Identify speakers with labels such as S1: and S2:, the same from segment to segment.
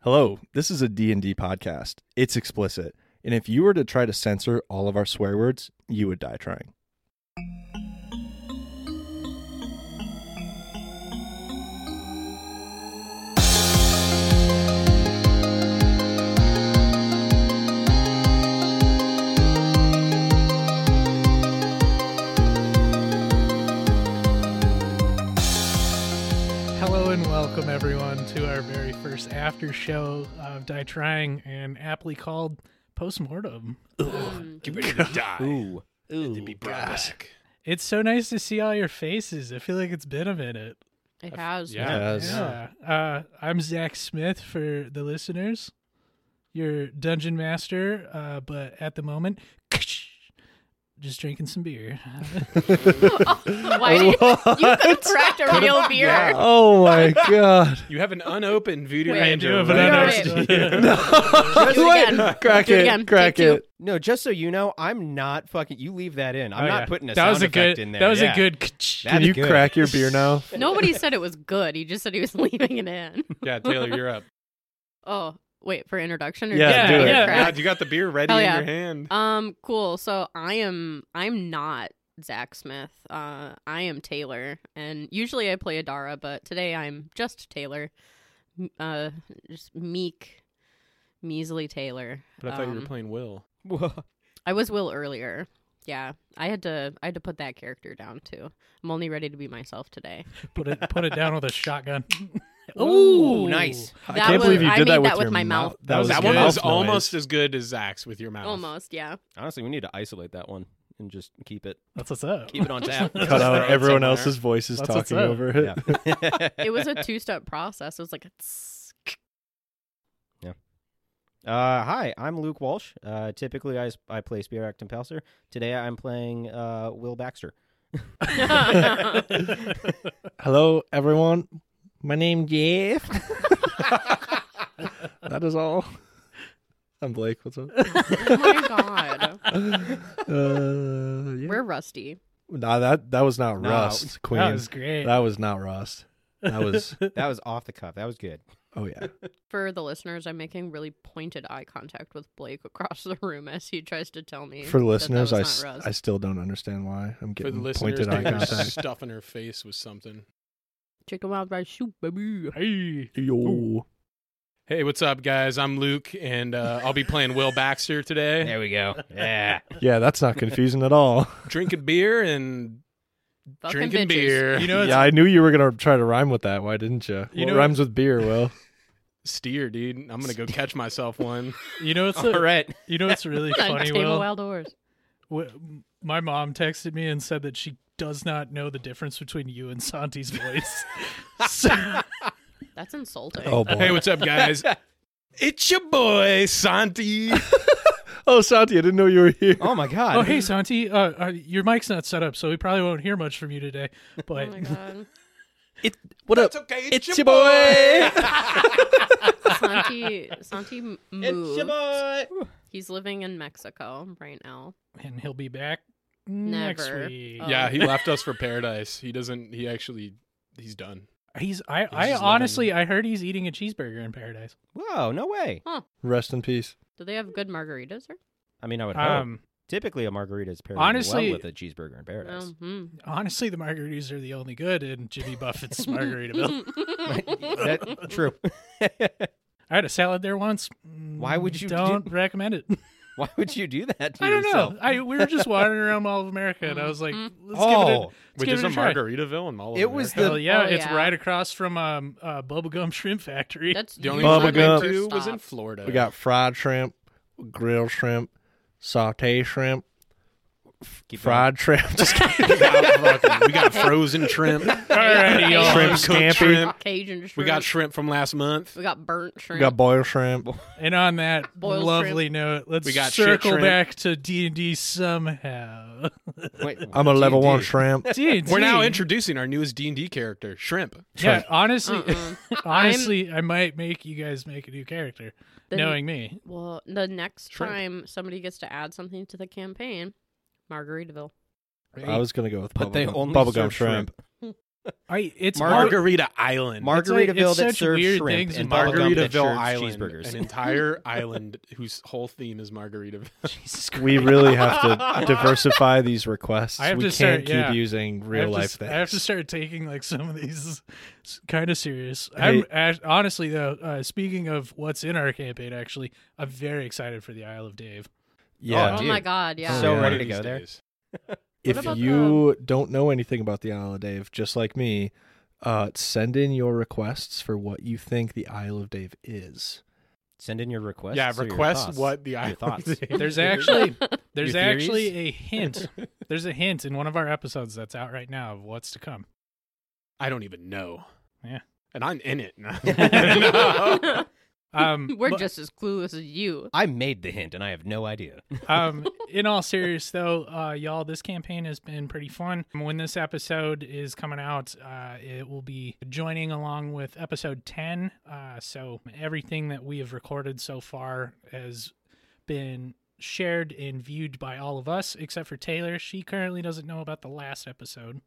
S1: Hello, this is a D&D podcast. It's explicit, and if you were to try to censor all of our swear words, you would die trying.
S2: Hello and welcome everyone to our very first after show of Die Trying and aptly called Postmortem.
S3: Get ready to die.
S4: Ooh.
S3: and then be brought back.
S2: It's so nice to see all your faces. I feel like it's been a minute.
S5: It has.
S3: yeah.
S1: Yes.
S2: Yeah. Uh, I'm Zach Smith for the listeners, your dungeon master, uh, but at the moment, just drinking some beer.
S5: Why did you could have cracked a real beer?
S1: Oh my god.
S3: You have an unopened Voodoo
S5: Wait,
S3: Ranger.
S2: do, but
S3: right
S2: I
S3: now.
S2: know
S5: Right.
S2: it's-
S5: Do it
S1: Wait,
S5: again.
S1: Crack
S5: Do
S1: it,
S5: it again.
S1: crack
S5: Take two.
S1: it.
S4: No, just so you know, I'm not fucking. You leave that in. I'm
S2: Oh,
S4: not
S2: yeah.
S4: putting a
S2: that
S4: sound
S2: was a
S4: effect
S2: good.
S4: in there.
S2: That was
S4: Yeah.
S2: a good.
S1: Can
S4: That's
S1: you
S4: good.
S1: crack your beer now?
S5: Nobody said it was good. He just said he was leaving it in.
S3: Yeah, Taylor, you're up.
S5: Oh, wait for introduction. Or
S1: Yeah,
S5: just
S2: do
S5: beer
S2: it.
S5: crack?
S3: God, you got the beer ready
S5: Hell
S3: in
S5: yeah.
S3: your hand.
S5: Um, cool. So I am. I'm not Zach Smith. Uh, I am Taylor, and usually I play Adara, but today I'm just Taylor. M- Uh, just meek, measly Taylor.
S3: But I thought you
S5: Um,
S3: were playing Will.
S4: Whoa.
S5: I was Will earlier. Yeah, I had to. I had to put that character down too. I'm only ready to be myself today.
S2: put it put it down with a shotgun.
S4: Ooh, nice.
S1: I
S5: That
S1: can't
S5: was-
S1: believe you
S5: I
S1: did
S5: made
S1: that with
S5: that
S1: your
S5: with my mouth.
S1: That, was
S3: that
S1: good.
S3: one was
S1: Mouth noise.
S3: almost as good as Zach's with your mouth.
S5: Almost, yeah.
S4: Honestly, we need to isolate that one and just keep it
S2: That's what's up.
S4: keep it on tap.
S1: cut out everyone else's
S4: else's.
S1: voices
S2: That's what's
S1: talking
S2: up.
S1: over it.
S5: It was a two-step process. It was like a tss.
S4: Uh, hi, I'm Luke Walsh. Uh, typically, I, s- I play Spear Acton Pelser. Today, I'm playing uh, Will Baxter.
S5: Oh
S1: Hello everyone. My name Jeff. that is all. I'm Blake. What's up?
S5: oh my god,
S1: Uh, yeah.
S5: we're rusty.
S1: Nah, that that was not
S4: No.
S1: rust, Queen.
S2: That was great.
S1: That was not rust. That was
S4: That was off the cuff. That was good.
S1: oh yeah.
S5: For the listeners, I'm making really pointed eye contact with Blake across the room as he tries to tell me.
S1: For the
S5: that that
S1: listeners, I,
S5: was
S1: s-
S5: not
S1: I
S5: Rust.
S1: still don't understand why I'm
S3: For the
S1: getting
S3: listeners,
S1: pointed eye
S3: they were
S1: contact.
S3: stuffing her face with something.
S5: chicken wild rice soup, baby.
S2: Hey.
S1: Yo.
S3: Hey, what's up, guys? I'm Luke, and uh, I'll be playing Will Baxter today.
S4: There we go. Yeah.
S1: Yeah, that's not confusing at all.
S3: Drinking beer and
S5: Fucking
S3: drinking
S5: bitches.
S3: beer.
S2: You know, it's
S1: yeah, I knew you were gonna try to rhyme with that. Why didn't you?
S2: You
S1: what
S2: know-
S1: rhymes with beer? Will
S3: steer, dude. I'm gonna go catch myself one.
S2: You know it's
S4: All right.
S2: you know it's really funny.
S5: Table
S2: Will?
S5: wild horse.
S2: W- my mom texted me and said that she does not know the difference between you and Santi's voice. so,
S5: That's insulting.
S1: oh boy.
S3: hey, what's up, guys? It's your boy Santi.
S1: oh Santi, I didn't know you were here.
S4: Oh, my God.
S2: oh hey Santi, uh, uh, your mic's not set up, so we probably won't hear much from you today.
S5: Oh
S2: But
S5: my god,
S1: what
S3: It's okay. It's, your boy.
S5: Santi, Santi m-
S4: It's your
S5: moved.
S4: boy.
S5: He's living in Mexico right now.
S2: and he'll be back next
S5: Never.
S2: week.
S5: Oh.
S3: Yeah, he left us for paradise. He doesn't. He actually. He's done.
S2: He's I I
S3: just
S2: honestly I heard he's eating a cheeseburger in paradise.
S4: Whoa, no way.
S1: Rest in peace.
S5: Do they have good margaritas there?
S4: I mean, I would hope.
S2: Um,
S4: Typically, a margarita is paired
S2: Honestly-
S4: well with a cheeseburger in paradise.
S5: hmm
S2: honestly, the margaritas are the only good in Jimmy Buffett's Margaritaville.
S4: That- true.
S2: I had a salad there once. Mm,
S4: Why would you do-
S2: Don't recommend it.
S4: Why would you do that to
S2: I don't
S4: yourself?
S2: know. I we were just wandering around all of America, and I was like,
S5: Mm,
S2: let's give it.
S4: oh,
S2: A,
S3: Wait,
S2: give
S3: there's
S2: it
S3: a
S2: a try.
S3: margaritaville in Mall.
S4: It
S3: over
S4: was
S3: there.
S2: Hell yeah,
S5: Oh,
S2: it's
S5: yeah.
S2: right across from um uh, Bubblegum Shrimp Factory.
S5: That's
S3: the only
S1: Bubba
S3: one
S5: usually
S3: I've
S5: my
S1: gum.
S3: been
S5: first
S3: to was in
S5: stop.
S3: Florida.
S1: We got fried shrimp, grilled shrimp, saute shrimp,
S4: Keep
S1: fried shrimp. Just kidding.
S3: we got, fucking, we got frozen shrimp.
S2: Alrighty, y'all.
S1: Shrimp
S3: Cooked
S1: scampi.
S3: shrimp.
S5: Cajun shrimp.
S3: We got shrimp from last month.
S5: we got burnt shrimp.
S1: we got boiled shrimp.
S2: And on that
S5: Boiled
S2: lovely note, let's
S3: We got shit
S2: circle
S3: shrimp.
S2: back to D and D somehow.
S4: going. Wait,
S1: I'm a
S4: what
S1: level
S4: do you
S1: one
S4: do?
S1: shrimp.
S2: D&D.
S3: We're now introducing our newest D and D character, Shrimp.
S2: Yeah, honestly,
S5: Uh-uh.
S2: honestly, I might make you guys make a new character,
S5: The-
S2: knowing me.
S5: Well, the next
S3: Shrimp.
S5: time somebody gets to add something to the campaign, Margaritaville.
S1: I was gonna go with
S4: But
S1: bubble
S4: they
S1: gum-
S4: only
S1: bubblegum
S4: serve
S1: shrimp.
S4: shrimp.
S2: I it's
S3: Margarita Island.
S4: Margaritaville
S2: it's
S4: that
S2: such
S4: serves
S2: weird
S4: shrimp
S2: things
S4: and
S2: in
S4: bubble gum that
S3: Margaritaville
S4: serves
S3: Island, an
S4: cheeseburgers.
S3: entire island whose whole theme is Margaritaville.
S2: Jesus Christ.
S1: We really have to diversify these requests.
S2: I have
S1: we
S2: to
S1: can't
S2: start-
S1: keep
S2: yeah.
S1: using real
S2: I have
S1: life
S2: to,
S1: things.
S2: I have to start taking like some of these kind of serious. I'm
S1: Hey.
S2: act- honestly though, uh, speaking of what's in our campaign, actually, I'm very excited for the Isle of Dave.
S1: yeah.
S5: oh
S4: dude.
S5: my god, yeah.
S4: So
S1: yeah.
S4: ready to
S3: These
S4: go there.
S3: days.
S1: if
S5: about
S1: you don't know anything about the Isle of Dave, just like me, uh, send in your requests for what you think the Isle of Dave is.
S4: Send in your requests.
S3: Yeah,
S4: or your
S3: request
S4: thoughts.
S3: what the island
S4: thoughts.
S3: is.
S2: There's actually there's
S4: Your theories?
S2: actually a hint. There's a hint in one of our episodes that's out right now of what's to come.
S3: I don't even know.
S2: Yeah.
S3: And I'm in it. No. No.
S2: Um,
S5: We're
S2: but-
S5: just as clueless as you.
S4: I made the hint, and I have no idea.
S2: um, in all serious though, uh, y'all, this campaign has been pretty fun. When this episode is coming out, uh, it will be joining along with episode 10. Uh, so everything that we have recorded so far has been shared and viewed by all of us, except for Taylor. She currently doesn't know about the last episode,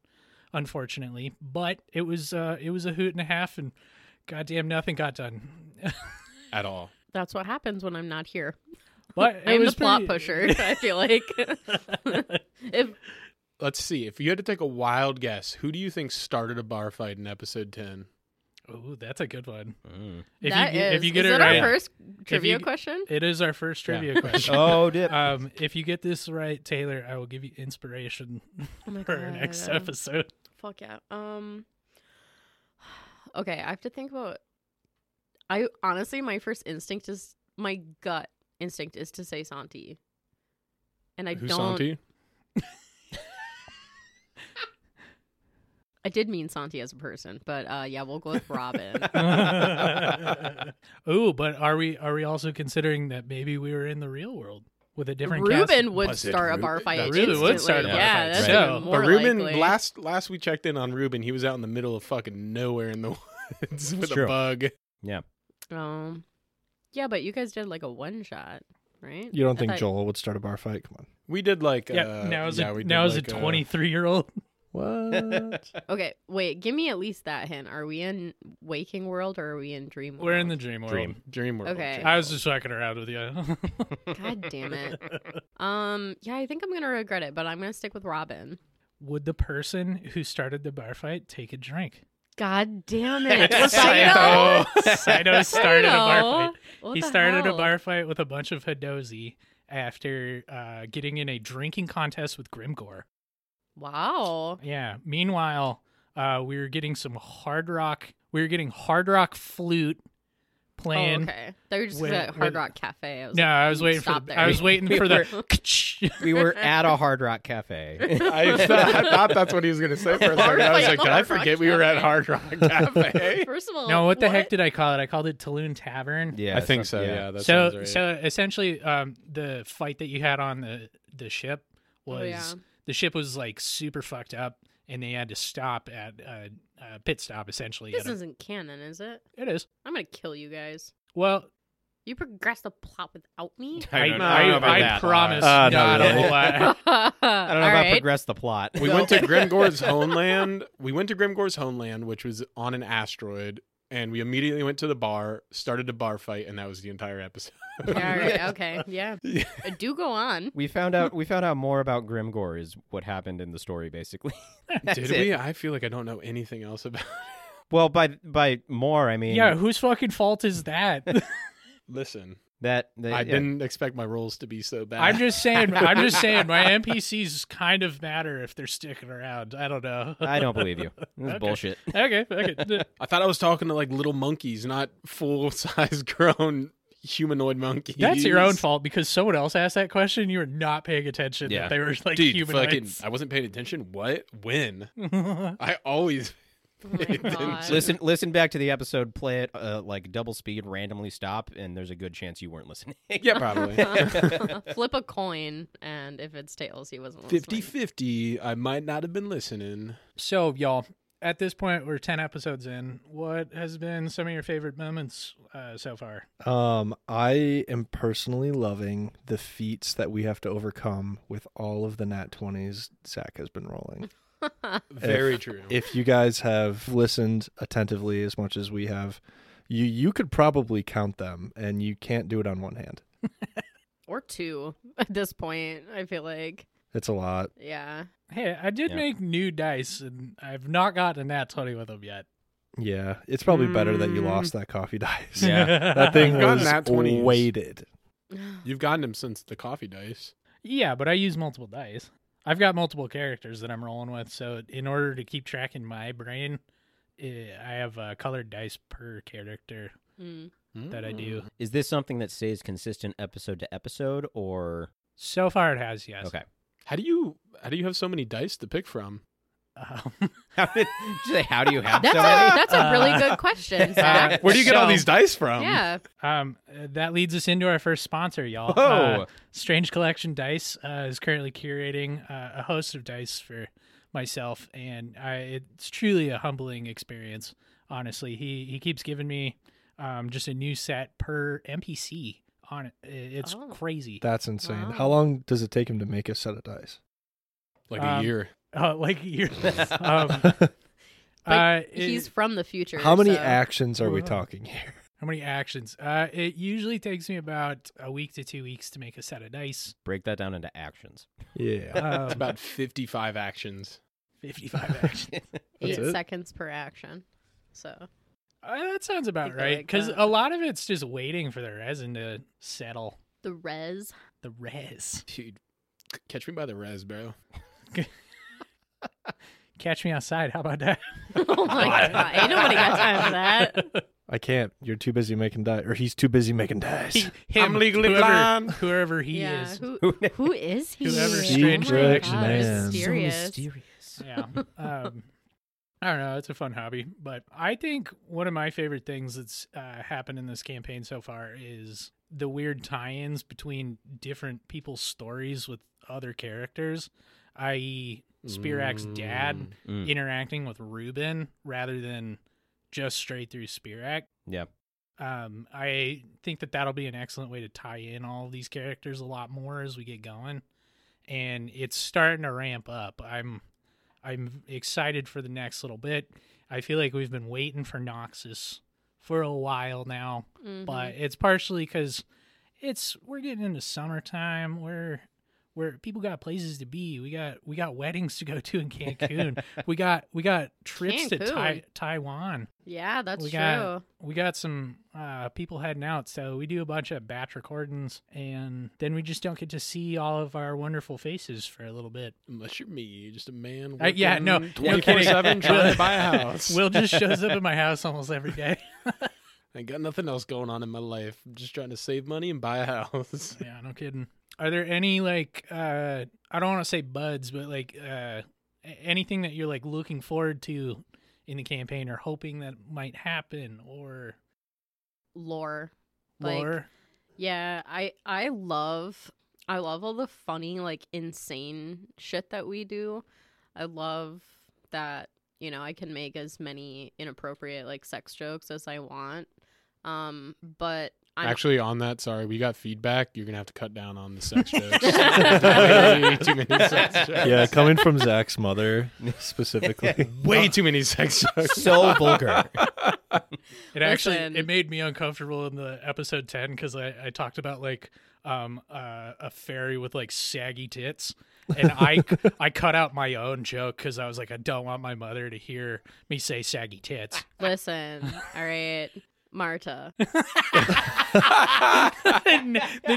S2: unfortunately, but it was, uh, it was a hoot and a half and goddamn nothing got done.
S3: At all.
S5: That's what happens when I'm not here.
S2: But it
S5: I'm the
S2: was
S5: plot
S2: pretty-
S5: pusher, I feel like. if
S3: Let's see. If you had to take a wild guess, who do you think started a bar fight in episode 10?
S2: Ooh, that's a good one.
S4: Mm.
S2: If
S5: that
S2: you, get- if
S5: is-
S2: you get
S5: is
S2: it
S5: that
S2: right,
S5: our first trivia
S2: g-
S5: question?
S2: It is our first
S3: Yeah.
S2: trivia question.
S4: Oh, dip.
S2: Um, if you get this right, Taylor, I will give you inspiration
S5: Oh my
S2: for our next episode.
S5: Fuck yeah. Um Okay, I have to think about I honestly my first instinct is my gut instinct is to say Santi. And I
S3: Who's
S5: don't
S3: Santi?
S5: I did mean Santi as a person, but uh yeah, we'll go with Robin.
S2: Ooh, but are we are we also considering that maybe we were in the real world with a different cast?
S5: Ruben would
S3: Was it
S5: start a
S3: Ruben?
S5: bar fight.
S3: That's-
S2: Ruben would start a bar
S5: instantly. yeah,
S2: fight,
S5: That's
S2: right.
S5: even
S2: So-
S5: more
S3: but Ruben,
S5: likely.
S3: last last we checked in on Ruben, he was out in the middle of fucking nowhere in the woods with
S4: true.
S3: a bug.
S5: Um, yeah, but you guys did like a one shot, right?
S1: You don't
S5: I
S1: think
S5: thought-
S1: Joel would start a bar fight? Come on.
S3: We did like
S2: Yeah,
S3: uh,
S2: now is
S3: yeah,
S2: a
S3: we did
S2: now is a
S3: like, uh,
S2: twenty three year old.
S1: What?
S5: Okay, wait. Give me at least that hint. Are we in waking world or are we in dream?
S2: We're in the
S5: world?
S2: dream world.
S4: Dream.
S3: Dream World.
S5: Okay.
S2: I was just fucking around with you.
S5: God damn it. Um, yeah, I think I'm gonna regret it, but I'm gonna stick with Robin.
S2: Would the person who started the bar fight take a drink?
S5: God damn it!
S2: Saito. Saito started a bar
S5: Saito.
S2: fight.
S5: What
S2: he
S5: the
S2: started
S5: hell?
S2: a bar fight with a bunch of Hadozi after uh, getting in a drinking contest with Grimgore.
S5: Wow. Oh,
S2: Yeah. Meanwhile, uh, we were getting some hard rock. We were getting hard rock flute
S5: oh,
S2: playing.
S5: okay. They were just
S2: with-
S5: at Hard
S2: with-
S5: Rock Cafe. I was
S2: No,
S5: like,
S2: I was waiting for.
S5: Stop
S2: The,
S5: there.
S2: I was waiting for the.
S4: we were at a Hard Rock Cafe.
S3: I thought, I thought that's what he was gonna say for a
S5: Hard
S3: second. I was
S5: Rock-
S3: like, did I
S5: Hard Rock
S3: forget we were at
S5: Cafe.
S3: Hard Rock Cafe?
S5: First of all,
S2: no, what the heck did I call it? I called it Tulun Tavern.
S4: uh, yeah,
S3: I think so. Yeah, that
S2: so,
S3: sounds right.
S2: so essentially, um, the fight that you had on the the ship was
S5: Oh, yeah.
S2: the ship was like super fucked up, and they had to stop at a, a pit stop essentially.
S5: This
S2: at a-
S5: isn't canon, is it?
S2: it is.
S5: I'm gonna kill you guys.
S2: Well,
S5: You progress the plot without me.
S2: I, I,
S4: don't know
S2: I,
S4: about that.
S2: promise
S1: Uh, not
S2: not a
S1: really.
S2: whole lot.
S5: I don't know
S4: I don't know about progress the plot.
S3: We went to Grimgore's homeland. We went to Grimgore's homeland, which was on an asteroid, and we immediately went to the bar, started a bar fight, and that was the entire episode.
S5: Yeah, all right, okay, yeah.
S3: Yeah.
S5: Uh, Do go on.
S4: We found out we found out more about Grimgore is what happened in the story basically. That's
S3: Did
S4: it.
S3: we? I feel like I don't know anything else about.
S4: Well, by by more I mean
S2: Yeah, whose fucking fault is that?
S3: Listen,
S4: that, that
S3: I
S4: yeah.
S3: didn't expect my roles to be so bad.
S2: I'm just saying. I'm just saying. My NPCs kind of matter if they're sticking around. I don't know.
S4: I don't believe you. This is
S2: Okay.
S4: bullshit.
S2: okay, okay.
S3: I thought I was talking to like little monkeys, not full size grown humanoid monkeys.
S2: That's your own fault because someone else asked that question. You were not paying attention.
S3: Yeah.
S2: That they were like
S3: dude. Fucking,
S2: humanoids.
S3: I wasn't paying attention. What? When? I always.
S5: Oh my
S3: Didn't
S5: God.
S4: Listen listen back to the episode, play it uh, like double speed, randomly stop, and there's a good chance you weren't listening.
S3: Yeah, probably.
S5: Flip a coin, and if it's tails, he wasn't
S3: 50
S5: listening.
S3: 50. I might not have been listening.
S2: So, y'all, at this point, we're 10 episodes in. What has been some of your favorite moments uh, so far?
S1: Um, I am personally loving the feats that we have to overcome with all of the nat twenties Zach has been rolling.
S3: Very true.
S1: if you guys have listened attentively as much as we have, you you could probably count them, and you can't do it on one hand.
S5: or two at this point. I feel like,
S1: It's a lot.
S5: yeah,
S2: Hey, I did
S4: Yeah.
S2: make new dice, and I've not gotten that twenty with them yet.
S1: Yeah, it's probably better that you
S3: Mm.
S1: lost that coffee dice.
S4: Yeah.
S1: that thing
S3: I've gotten
S1: was
S3: that 20s.
S1: weighted.
S3: You've gotten him since the coffee dice.
S2: Yeah, but I use multiple dice. I've got multiple characters that I'm rolling with, so in order to keep track in my brain, eh, I have uh, colored dice per character
S5: Mm.
S2: that I do.
S4: Is this something that stays consistent episode to episode, or
S2: So far, it has yes.
S4: okay?
S3: How do you how do you have so many dice to pick from?
S2: Um,
S4: How did you say? How do you have
S5: that's
S4: so
S5: a
S4: many?
S5: that's a really
S2: Uh,
S5: good question.
S2: uh,
S5: Zach.
S3: Where do you get all
S2: So-
S3: these dice from?
S5: yeah,
S2: um, eh, that leads us into our first sponsor, y'all.
S4: Whoa!
S2: Uh, Strange Collection Dice uh, is currently curating uh, a host of dice for myself, and I, it's truly a humbling experience. Honestly, he he keeps giving me um, just a new set per NPC on it. It's
S5: Oh.
S2: crazy,
S1: That's insane.
S5: Wow.
S1: How long does it take him to make a set of dice?
S3: Like
S2: Um,
S3: a year.
S2: uh, like you're. Um,
S5: But
S2: uh, it-
S5: he's from the future.
S1: How many
S5: so-
S1: actions are we
S2: Wow.
S1: talking here?
S2: how many actions? Uh, it usually takes me about a week to two weeks to make a set of dice.
S4: Break that down into actions.
S1: Yeah.
S2: Um,
S3: It's about fifty five actions.
S2: fifty-five actions.
S5: eight
S1: That's it?
S5: seconds per action. So
S2: Uh, that sounds about
S5: Something
S2: right.
S5: like
S2: Because
S5: that.
S2: a lot of it's just waiting for the resin to settle.
S5: the res.
S2: The res.
S3: Dude, c- catch me by the res, bro.
S2: Catch me outside. How about that?
S5: Oh my god, ain't nobody got time for that.
S1: I can't. You're too busy making dice, or he's too busy making dice.
S2: Him,
S3: I'm legally
S2: whoever,
S3: blind.
S2: Whoever he
S5: yeah,
S2: is.
S5: Who, who is he?
S2: Whoever
S5: Oh my
S2: strange
S5: God,
S2: direction
S1: man. So
S5: Mysterious.
S2: yeah. Um, I don't know. It's a fun hobby, but I think one of my favorite things that's uh, happened in this campaign so far is the weird tie-ins between different people's stories with other characters, i.e., Spearak's dad
S3: Mm.
S4: Mm,
S2: interacting with Ruben rather than just straight through Spearak.
S4: yeah.
S2: Um, I think that that'll be an excellent way to tie in all of these characters a lot more as we get going, and it's starting to ramp up. I'm, I'm excited for the next little bit. I feel like we've been waiting for Noxus for a while now,
S5: Mhm.
S2: but it's partially because it's we're getting into summertime where where people got places to be. We got we got weddings to go to in Cancun. we got we got trips to tai-
S5: Cancun.
S2: Taiwan
S5: yeah, that's
S2: we
S5: true.
S2: got- we got some uh, people heading out, so we do a bunch of batch recordings, and then we just don't get to see all of our wonderful faces for a little bit.
S3: Unless you're me, you're just a man.
S2: Uh, yeah, no, no
S3: twenty
S2: kidding.
S3: four seven trying to buy a house.
S2: Will just shows up at my house almost every day.
S3: I got nothing else going on in my life. I'm just trying to save money and buy a house.
S2: yeah, no kidding. Are there any like uh, I don't want to say buds, but like uh, a- anything that you're like looking forward to in the campaign or hoping that might happen or
S5: Lore. Like-
S2: lore?
S5: Yeah, I I love I love all the funny like insane shit that we do. I love that you know I can make as many inappropriate like sex jokes as I want. Um, but I'm
S3: Actually, on that, sorry, we got feedback. You're gonna have to cut down on the sex jokes. Way too many sex jokes.
S1: yeah, coming from Zach's mother specifically.
S3: Way too many sex jokes.
S4: So vulgar.
S2: It actually
S5: Listen.
S2: it made me uncomfortable in the episode ten because I, I talked about like um uh, a fairy with like saggy tits, and I I cut out my own joke because I was like I don't want my mother to hear me say saggy tits.
S5: listen. all right, Marta.
S2: the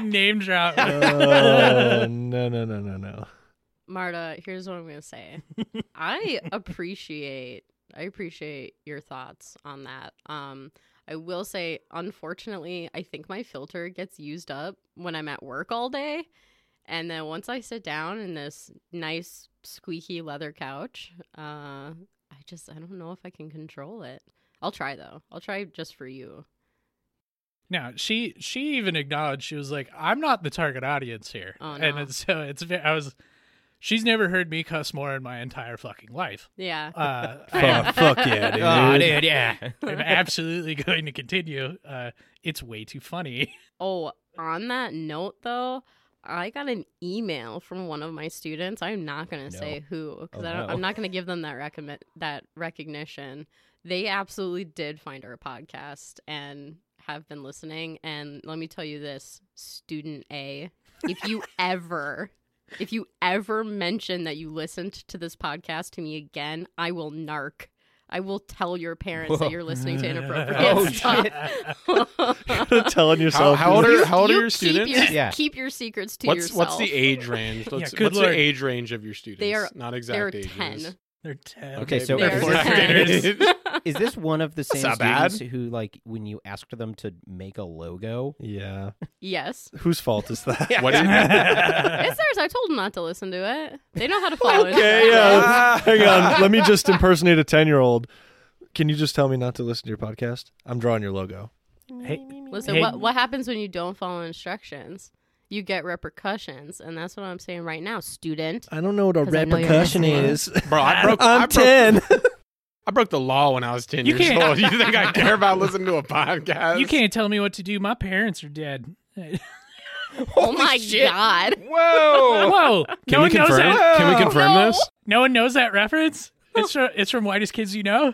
S2: name drop.
S1: oh, no, no, no, no, no.
S5: Marta, here's what I'm gonna say. I appreciate I appreciate your thoughts on that. Um I will say, unfortunately, I think my filter gets used up when I'm at work all day. And then once I sit down in this nice squeaky leather couch, uh I just I don't know if I can control it. I'll try though. I'll try just for you.
S2: Now she she even acknowledged she was like I'm not the target audience here,
S5: Oh,
S2: and
S5: no.
S2: it's- so it's ve- I was. She's never heard me cuss more in my entire fucking life.
S5: Yeah.
S2: Uh,
S1: Fuck, fuck yeah, dude.
S4: oh, dude, yeah.
S2: I'm absolutely going to continue. Uh, it's way too funny.
S5: Oh, on that note, though, I got an email from one of my students. I'm not going to
S4: No.
S5: say who because
S4: Oh,
S5: I don't,
S4: no.
S5: I'm not going to give them that recommend that recognition. They absolutely did find our podcast and have been listening. And let me tell you this, student A, if you ever if you ever mention that you listened to this podcast to me again, I will narc. I will tell your parents
S4: Whoa.
S5: that you're listening to inappropriate
S4: Oh,
S5: stuff.
S4: shit.
S1: telling
S3: How,
S1: yourself.
S3: how old are
S5: You-
S3: how old
S5: you
S3: are your
S5: keep
S3: students?
S5: Your,
S4: Yeah.
S5: Keep your secrets to
S3: what's
S5: yourself.
S3: what's the age range? Let's,
S2: good
S3: what's
S2: lord.
S3: the age range of your students?
S5: are-
S3: Not
S5: They're
S3: exact ages.
S5: 10.
S2: They're ten.
S4: Okay, so
S5: They
S3: but
S5: are
S3: fourth
S5: 10.
S3: graders.
S4: Is this one of the same
S3: not
S4: students
S3: bad.
S4: who, like, when you asked them to make a logo?
S1: Yeah.
S5: yes.
S1: Whose fault is that?
S3: What is
S5: It's theirs. I told them not to listen to it. They know how to follow
S1: Okay,
S5: instructions.
S1: yeah. Hang on. Let me just impersonate a 10 year old. Can you just tell me not to listen to your podcast? I'm drawing your logo.
S2: Hey,
S5: Listen,
S2: Hey.
S5: what, what happens when you don't follow instructions? You get repercussions. And that's what I'm saying right now, student.
S1: I don't know what a
S5: 'Cause I know you're repercussion listening.
S3: Bro, I broke I broke, I broke the law when I was 10
S2: You
S3: years
S2: can't-
S3: old. You think I care about listening to a podcast?
S2: you can't tell me what to do. My parents are dead.
S5: oh my God.
S3: Whoa.
S2: Whoa!
S3: Oh.
S2: no
S3: Can we
S2: one knows
S3: confirm?
S2: that.
S3: Can we confirm
S5: No.
S3: this?
S2: No one knows that reference. It's from, it's from Whitest Kids You Know.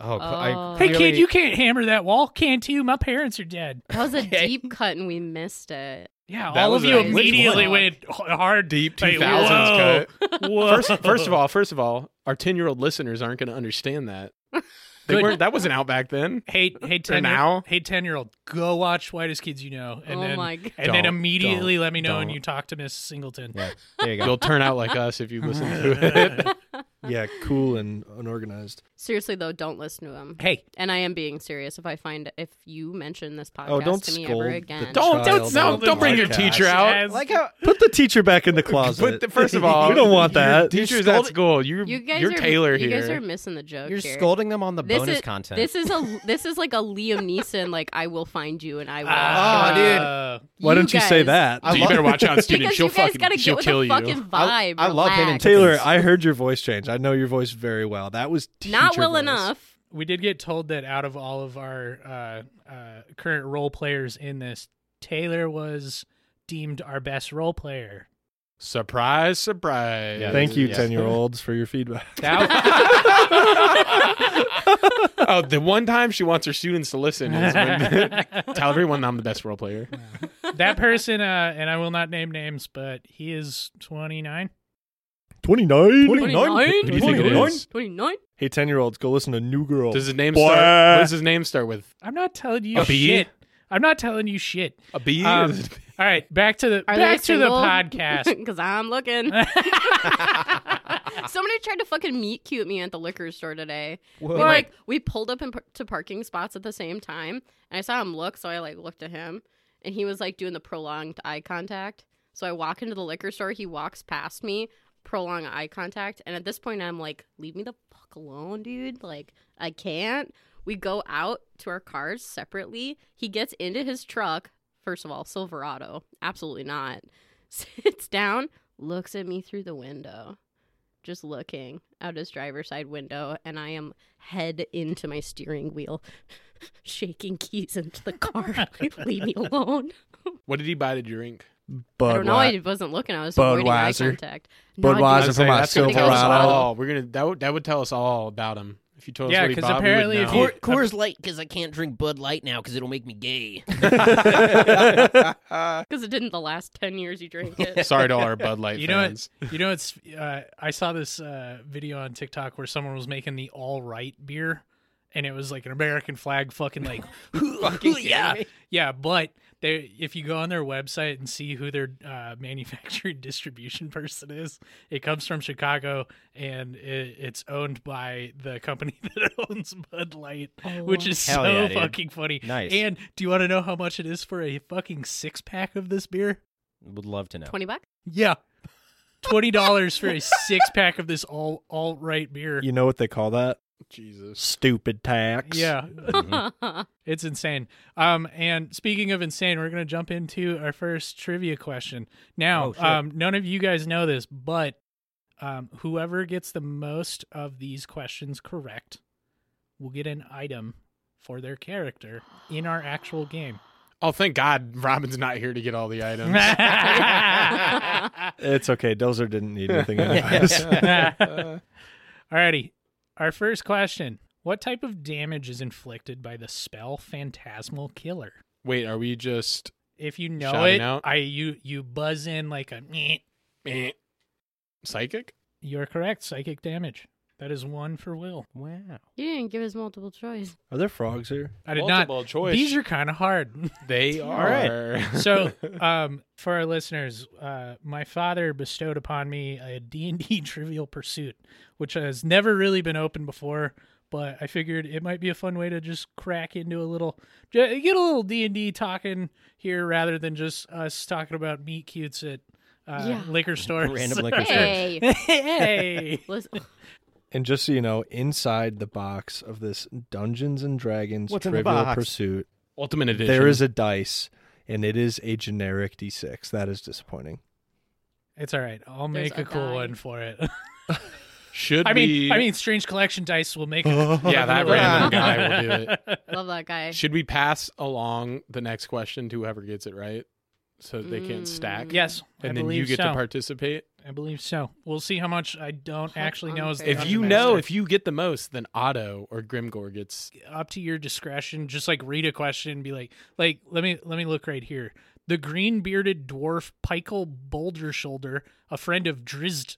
S4: Oh,
S5: cl- I Oh.
S2: Hey kid, you can't hammer that wall, can't you? My parents are dead.
S5: That was a deep cut and we missed it.
S2: Yeah,
S3: That
S2: all of
S3: was
S2: you
S5: a-
S2: immediately
S5: Which
S2: went h- hard.
S3: Deep
S2: Hey,
S3: 2000s
S2: whoa.
S3: cut.
S2: Whoa.
S3: First, first of all, first of all, our 10-year-old listeners aren't going to understand that. They
S2: Good.
S3: weren't that wasn't out back then.
S2: hey, hey, ten
S3: now?
S2: year, hey, ten year old, go watch Whitest Kids You Know, and
S5: oh
S2: then
S5: my God.
S2: and
S3: Don't,
S2: then immediately let me know when
S3: don't.
S2: you talk to Miss Singleton.
S4: Yeah, there you go.
S3: You'll turn out like us if you listen to it.
S1: yeah, cool and unorganized.
S5: Seriously, though, don't listen to him.
S2: Hey,
S5: And I am being serious. If I find if you mention this podcast
S1: Oh, don't
S5: to me
S1: scold
S5: ever
S1: the dog.
S5: again,
S3: Don't
S1: Child
S3: don't don't,
S1: of
S3: don't bring your
S1: podcast.
S3: teacher out.
S2: Yes.
S4: like how
S1: Put the teacher back in the closet.
S3: But the- first of all,
S1: we don't want that.
S3: Your teacher's at school. You
S5: you guys
S3: you're
S5: are
S3: Taylor
S5: you
S3: here.
S5: guys are missing the joke.
S4: you're
S5: here.
S4: scolding them on the
S5: This
S4: bonus
S5: is-
S4: content.
S5: This is a this is like a Liam Neeson like I will find you and I will.
S2: Ah,
S4: Oh, dude.
S1: Why don't you say
S5: guys-
S1: that?
S4: I
S3: so you
S4: love-
S3: better watch out,
S5: Because
S3: student. She'll
S5: you guys
S3: fucking
S5: gotta get
S3: she'll
S5: with
S3: kill
S5: the
S3: you.
S5: fucking vibe.
S4: I love him and
S5: relax.
S1: Taylor, I heard your voice change. I know your voice very well. That was teacher
S5: Not well
S1: voice.
S5: enough.
S2: we did get told that out of all of our uh, uh, current role players in this, Taylor was deemed our best role player.
S3: Surprise, surprise.
S4: Yeah,
S1: Thank you,
S4: Yeah.
S1: ten year olds, for your feedback.
S3: oh, the one time she wants her students to listen is when tell everyone I'm the best role player.
S2: that person, uh, and I will not name names, but he is 29.
S1: Twenty nine.
S5: 29?
S3: What do you think it is?
S5: Twenty nine.
S1: Hey, ten year olds, go listen to New Girl.
S3: Does his name
S1: Blah.
S3: start? What does his name start with?
S2: I'm not telling you
S3: A
S4: E?
S3: B?
S2: shit. I'm not telling you shit.
S3: A B.
S2: Um,
S3: Is it-
S2: All right, back to the
S5: Are
S2: back
S5: they
S2: to the
S5: single?
S2: podcast.
S5: Because I'm looking. Somebody tried to fucking meet cute me at the liquor store today.
S4: Whoa.
S5: We, like we pulled up in, par- to parking spots at the same time, and I saw him look, so I like looked at him, and he was like doing the prolonged eye contact. So I walk into the liquor store, he walks past me, prolonged eye contact, and at this point I'm like, "Leave me the fuck alone, dude! Like I can't." We go out to our cars separately. He gets into his truck. First of all, Silverado, absolutely not. Sits down, looks at me through the window just looking out his driver's side window, and I am head into my steering wheel, shaking keys into the car. Leave me alone.
S3: what did he buy to drink?
S1: Bud
S5: I don't know.
S1: Light.
S5: I wasn't looking. I was avoiding eye
S1: Budweiser.
S5: contact. No, I did not.
S1: Budweiser. Wasn't
S3: I'd
S1: from
S3: say
S1: my
S3: that's gonna tell us
S5: Silverado.
S3: all. We're gonna that would, that would tell us all about him if you told us
S2: Yeah,
S3: what he
S2: 'cause
S3: bought. we would
S2: apparently if
S3: know.
S2: you- Coors
S4: Light because I can't drink Bud Light now because it'll make me gay.
S5: Because it didn't the last 10 years you drank it.
S3: Sorry to all our Bud Light
S2: You know what?
S3: fans.
S2: You know, it's uh, I saw this uh, video on TikTok where someone was making the all right beer, and it was like an American flag, fucking like, yeah, yeah. But they, if you go on their website and see who their uh, manufactured distribution person is, it comes from Chicago, and it, it's owned by the company that owns Bud Light, which is
S4: Hell
S2: so
S4: yeah, dude.
S2: fucking funny.
S4: Nice.
S2: And do you want to know how much it is for a fucking six pack of this beer?
S4: Would love to know.
S5: 20 bucks?
S2: Yeah. Twenty dollars for a six pack of this all all right beer.
S1: You know what they call that?
S3: Jesus.
S1: Stupid tax.
S2: Yeah,
S5: Whoa.
S2: it's insane. Um, and speaking of insane, we're gonna jump into our first trivia question. Now,
S4: Oh, shit.
S2: um, none of you guys know this, but um, whoever gets the most of these questions correct will get an item for their character in our actual game.
S3: Oh, thank God Robin's not here to get all the items.
S1: It's okay. Dozer didn't need anything. anyways.
S3: Uh,
S2: Alrighty. Our first question. What type of damage is inflicted by the spell Phantasmal Killer?
S3: Wait, are we just
S2: If you know
S3: Shouting
S2: it,
S3: out?
S2: I you you buzz in like a meh.
S3: eh, psychic?
S2: You're correct, psychic damage. That is one for Will.
S4: Wow.
S5: You didn't give us multiple choice.
S1: Are there frogs here?
S2: I did
S3: Multiple
S2: not.
S3: choice.
S2: These are kind of hard.
S3: They
S4: right.
S3: are.
S2: so, um, for our listeners, uh, my father bestowed upon me a D&D Trivial Pursuit, which has never really been open before, but I figured it might be a fun way to just crack into a little, ju- get a little D&D talking here rather than just us talking about meat cutes at uh,
S5: Yeah.
S2: liquor stores.
S4: Random liquor
S5: Hey.
S2: hey!
S5: Listen,
S1: And just so you know, inside the box of this Dungeons and Dragons
S4: What's in the
S1: Trivial
S4: box?
S1: Pursuit,
S3: Ultimate edition.
S1: there is a dice, and it is a generic D6. That is disappointing.
S2: It's all right. I'll
S5: There's
S2: make
S5: a
S2: a cool
S5: die.
S2: one for it.
S3: should
S2: I mean,
S3: we
S2: I mean, Strange Collection Dice will make.
S3: Yeah, that random guy will do
S2: it.
S5: love that guy.
S3: should we pass along the next question to whoever gets it right so that they can't stack?
S2: Yes,
S3: And
S2: I
S3: then
S2: believe
S3: you get
S2: so.
S3: to participate.
S2: I believe so. We'll see how much I don't
S5: Hunt
S2: actually
S5: on
S2: know. Is
S5: the
S2: the
S5: Dungeon
S3: If you
S2: Dungeon
S3: know,
S2: Master.
S3: if you get the most, then Otto or Grimgore gets
S2: up to your discretion, just like read a question and be like, like let me let me look right here. The green bearded dwarf Pikel Boulder Shoulder, a friend of Drizzt,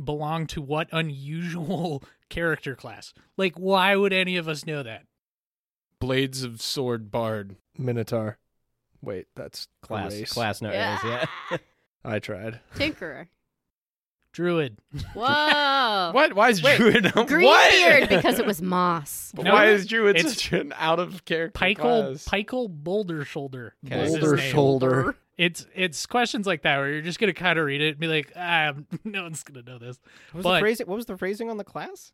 S2: belonged to what unusual character class? Like, why would any of us know that?
S3: Blades of Sword Bard.
S1: Minotaur. Wait, that's
S4: Class.
S1: race.
S4: Class. No. Yeah. yeah.
S1: I tried.
S5: Tinkerer.
S2: Druid.
S5: Whoa.
S3: What? Why is
S5: Oh. Wait,
S3: Druid? what?
S5: Greenbeard because it was moss.
S2: No,
S3: Why is Druid
S2: it's-
S3: such an out of character
S2: Pikel
S3: class?
S2: Pikel Boulder Shoulder.
S4: Okay.
S2: was his
S1: Boulder
S2: name.
S1: shoulder.
S2: It's it's questions like that where you're just gonna kind of read it and be like, ah, no one's gonna know this.
S4: What was,
S2: But-
S4: the phrasing, what was the phrasing on the class?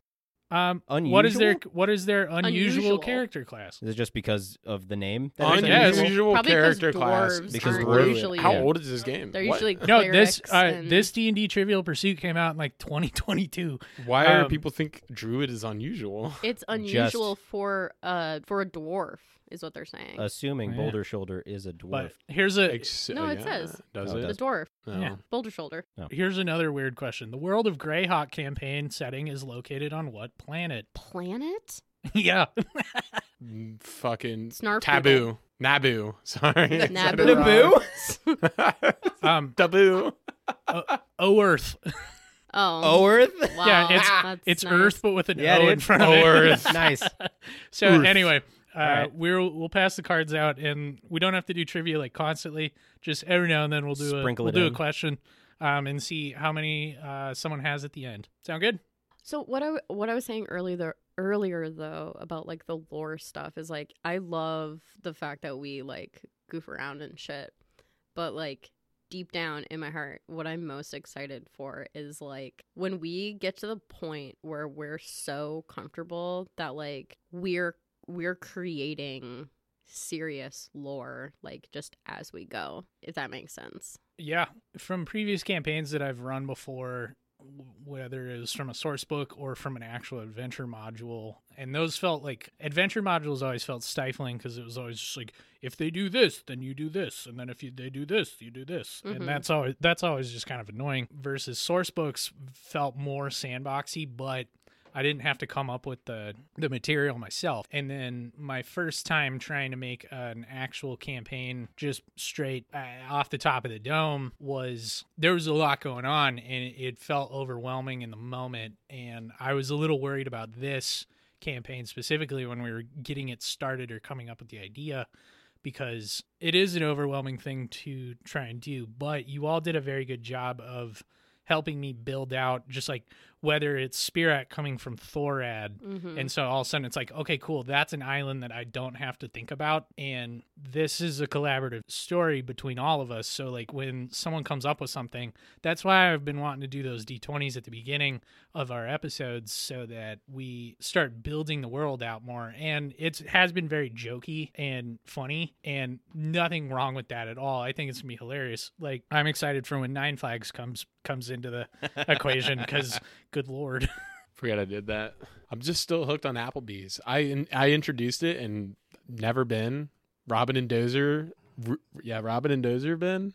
S2: Um, what is their
S4: Unusual?
S2: what is their unusual,
S5: Unusual.
S2: character class?
S4: Is it just because of the name? that it's
S2: yeah, it's
S3: Unusual
S4: unusual?
S3: usual
S5: Probably 'cause
S3: character class.
S5: dwarves
S4: Because
S5: aren't
S4: dwarves-
S5: usually
S3: How
S4: Yeah.
S3: old is this game?
S5: they're
S3: What?
S5: usually
S2: No, this
S5: clerics
S2: uh,
S5: and-
S2: this D and D Trivial Pursuit came out in like 2022.
S3: Why are
S2: um,
S3: people think Druid is unusual?
S5: it's unusual for uh for a dwarf is what they're saying.
S4: Assuming
S2: Yeah.
S4: Boulder Shoulder is a dwarf.
S2: But here's a
S3: Ex-
S5: No, Oh, it
S3: uh, yeah,
S5: says.
S2: Oh,
S3: Does
S4: No, it
S3: it?
S5: the dwarf,
S3: No.
S2: Yeah.
S5: boulder shoulder.
S2: here's another weird question. The World of Greyhawk campaign setting is located on what planet?
S5: Planet?
S2: yeah,
S3: Mm, Fucking
S5: Snarf.
S3: taboo. Naboo. Sorry. Is that
S5: Naboo. Naboo?
S3: it?
S2: um,
S3: taboo.
S2: O Earth.
S5: Oh.
S4: Oerth.
S5: Wow.
S2: yeah, it's
S5: that's
S2: it's
S5: nice.
S2: Earth, but with an
S4: Yeah,
S2: O
S4: dude.
S2: in front of it.
S3: Earth.
S4: nice.
S2: So
S3: Oof.
S2: anyway, uh,
S4: right.
S2: we'll we'll pass the cards out, and we don't have to do trivia like constantly. Just every now and then we'll do a,
S4: Sprinkle
S2: we'll
S4: it
S2: do a
S4: in.
S2: question, um, and see how many uh, someone has at the end. Sound good?
S5: So what I w- what I was saying earlier the, earlier though about like the lore stuff is like I love the fact that we like goof around and shit, but like deep down in my heart, what I'm most excited for is like when we get to the point where we're so comfortable that like we're we're creating serious lore like just as we go if that makes sense
S2: Yeah, from previous campaigns that I've run before, w- whether it was from a source book or from an actual adventure module, and those felt like adventure modules always felt stifling because it was always just like if they do this, then you do this, and then if you, they do this, you do this,
S5: Mhm.
S2: and that's always that's always just kind of annoying. Versus source books felt more sandboxy, but I didn't have to come up with the the material myself. And then my first time trying to make an actual campaign just straight uh, off the top of the dome was there was a lot going on and it, it felt overwhelming in the moment and I was a little worried about this campaign specifically when we were getting it started or coming up with the idea because it is an overwhelming thing to try and do, but you all did a very good job of helping me build out just like whether it's Spirat coming from Thorad.
S5: mm-hmm.
S2: And so all of a sudden it's like, okay, cool, that's an island that I don't have to think about. And this is a collaborative story between all of us. So like when someone comes up with something, that's why I've been wanting to do those D20s at the beginning of our episodes so that we start building the world out more. And it has been very jokey and funny, and nothing wrong with that at all. I think it's gonna be hilarious. Like I'm excited for when Nine Flags comes comes into the equation because good lord,
S3: Forget I did that. I'm just still hooked on Applebee's. I I introduced it and never been. Robin and Dozer. R- yeah, Robin and Dozer. Ben.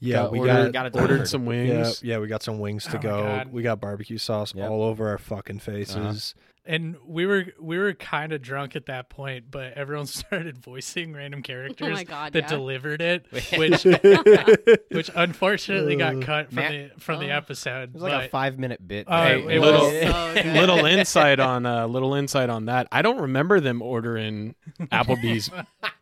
S1: Yeah, we got,
S3: ordered,
S4: got it
S3: ordered
S4: delivered.
S3: some
S1: yeah,
S3: wings.
S1: yeah, we got some wings to
S2: Oh my
S1: go.
S2: God.
S1: We got barbecue sauce
S4: Yep.
S1: all over our fucking faces.
S2: And we were we were kind of drunk at that point, but everyone started voicing random characters
S5: Oh my God,
S2: that
S5: yeah.
S2: delivered it, which which unfortunately got cut from
S4: Matt-
S2: the from the
S5: Oh.
S2: episode.
S4: It was like a
S2: but-
S4: five minute bit.
S2: Oh,
S4: that
S3: it
S4: we-
S3: was-
S5: So good.
S3: little insight on uh, little insight on that. I don't remember them ordering Applebee's.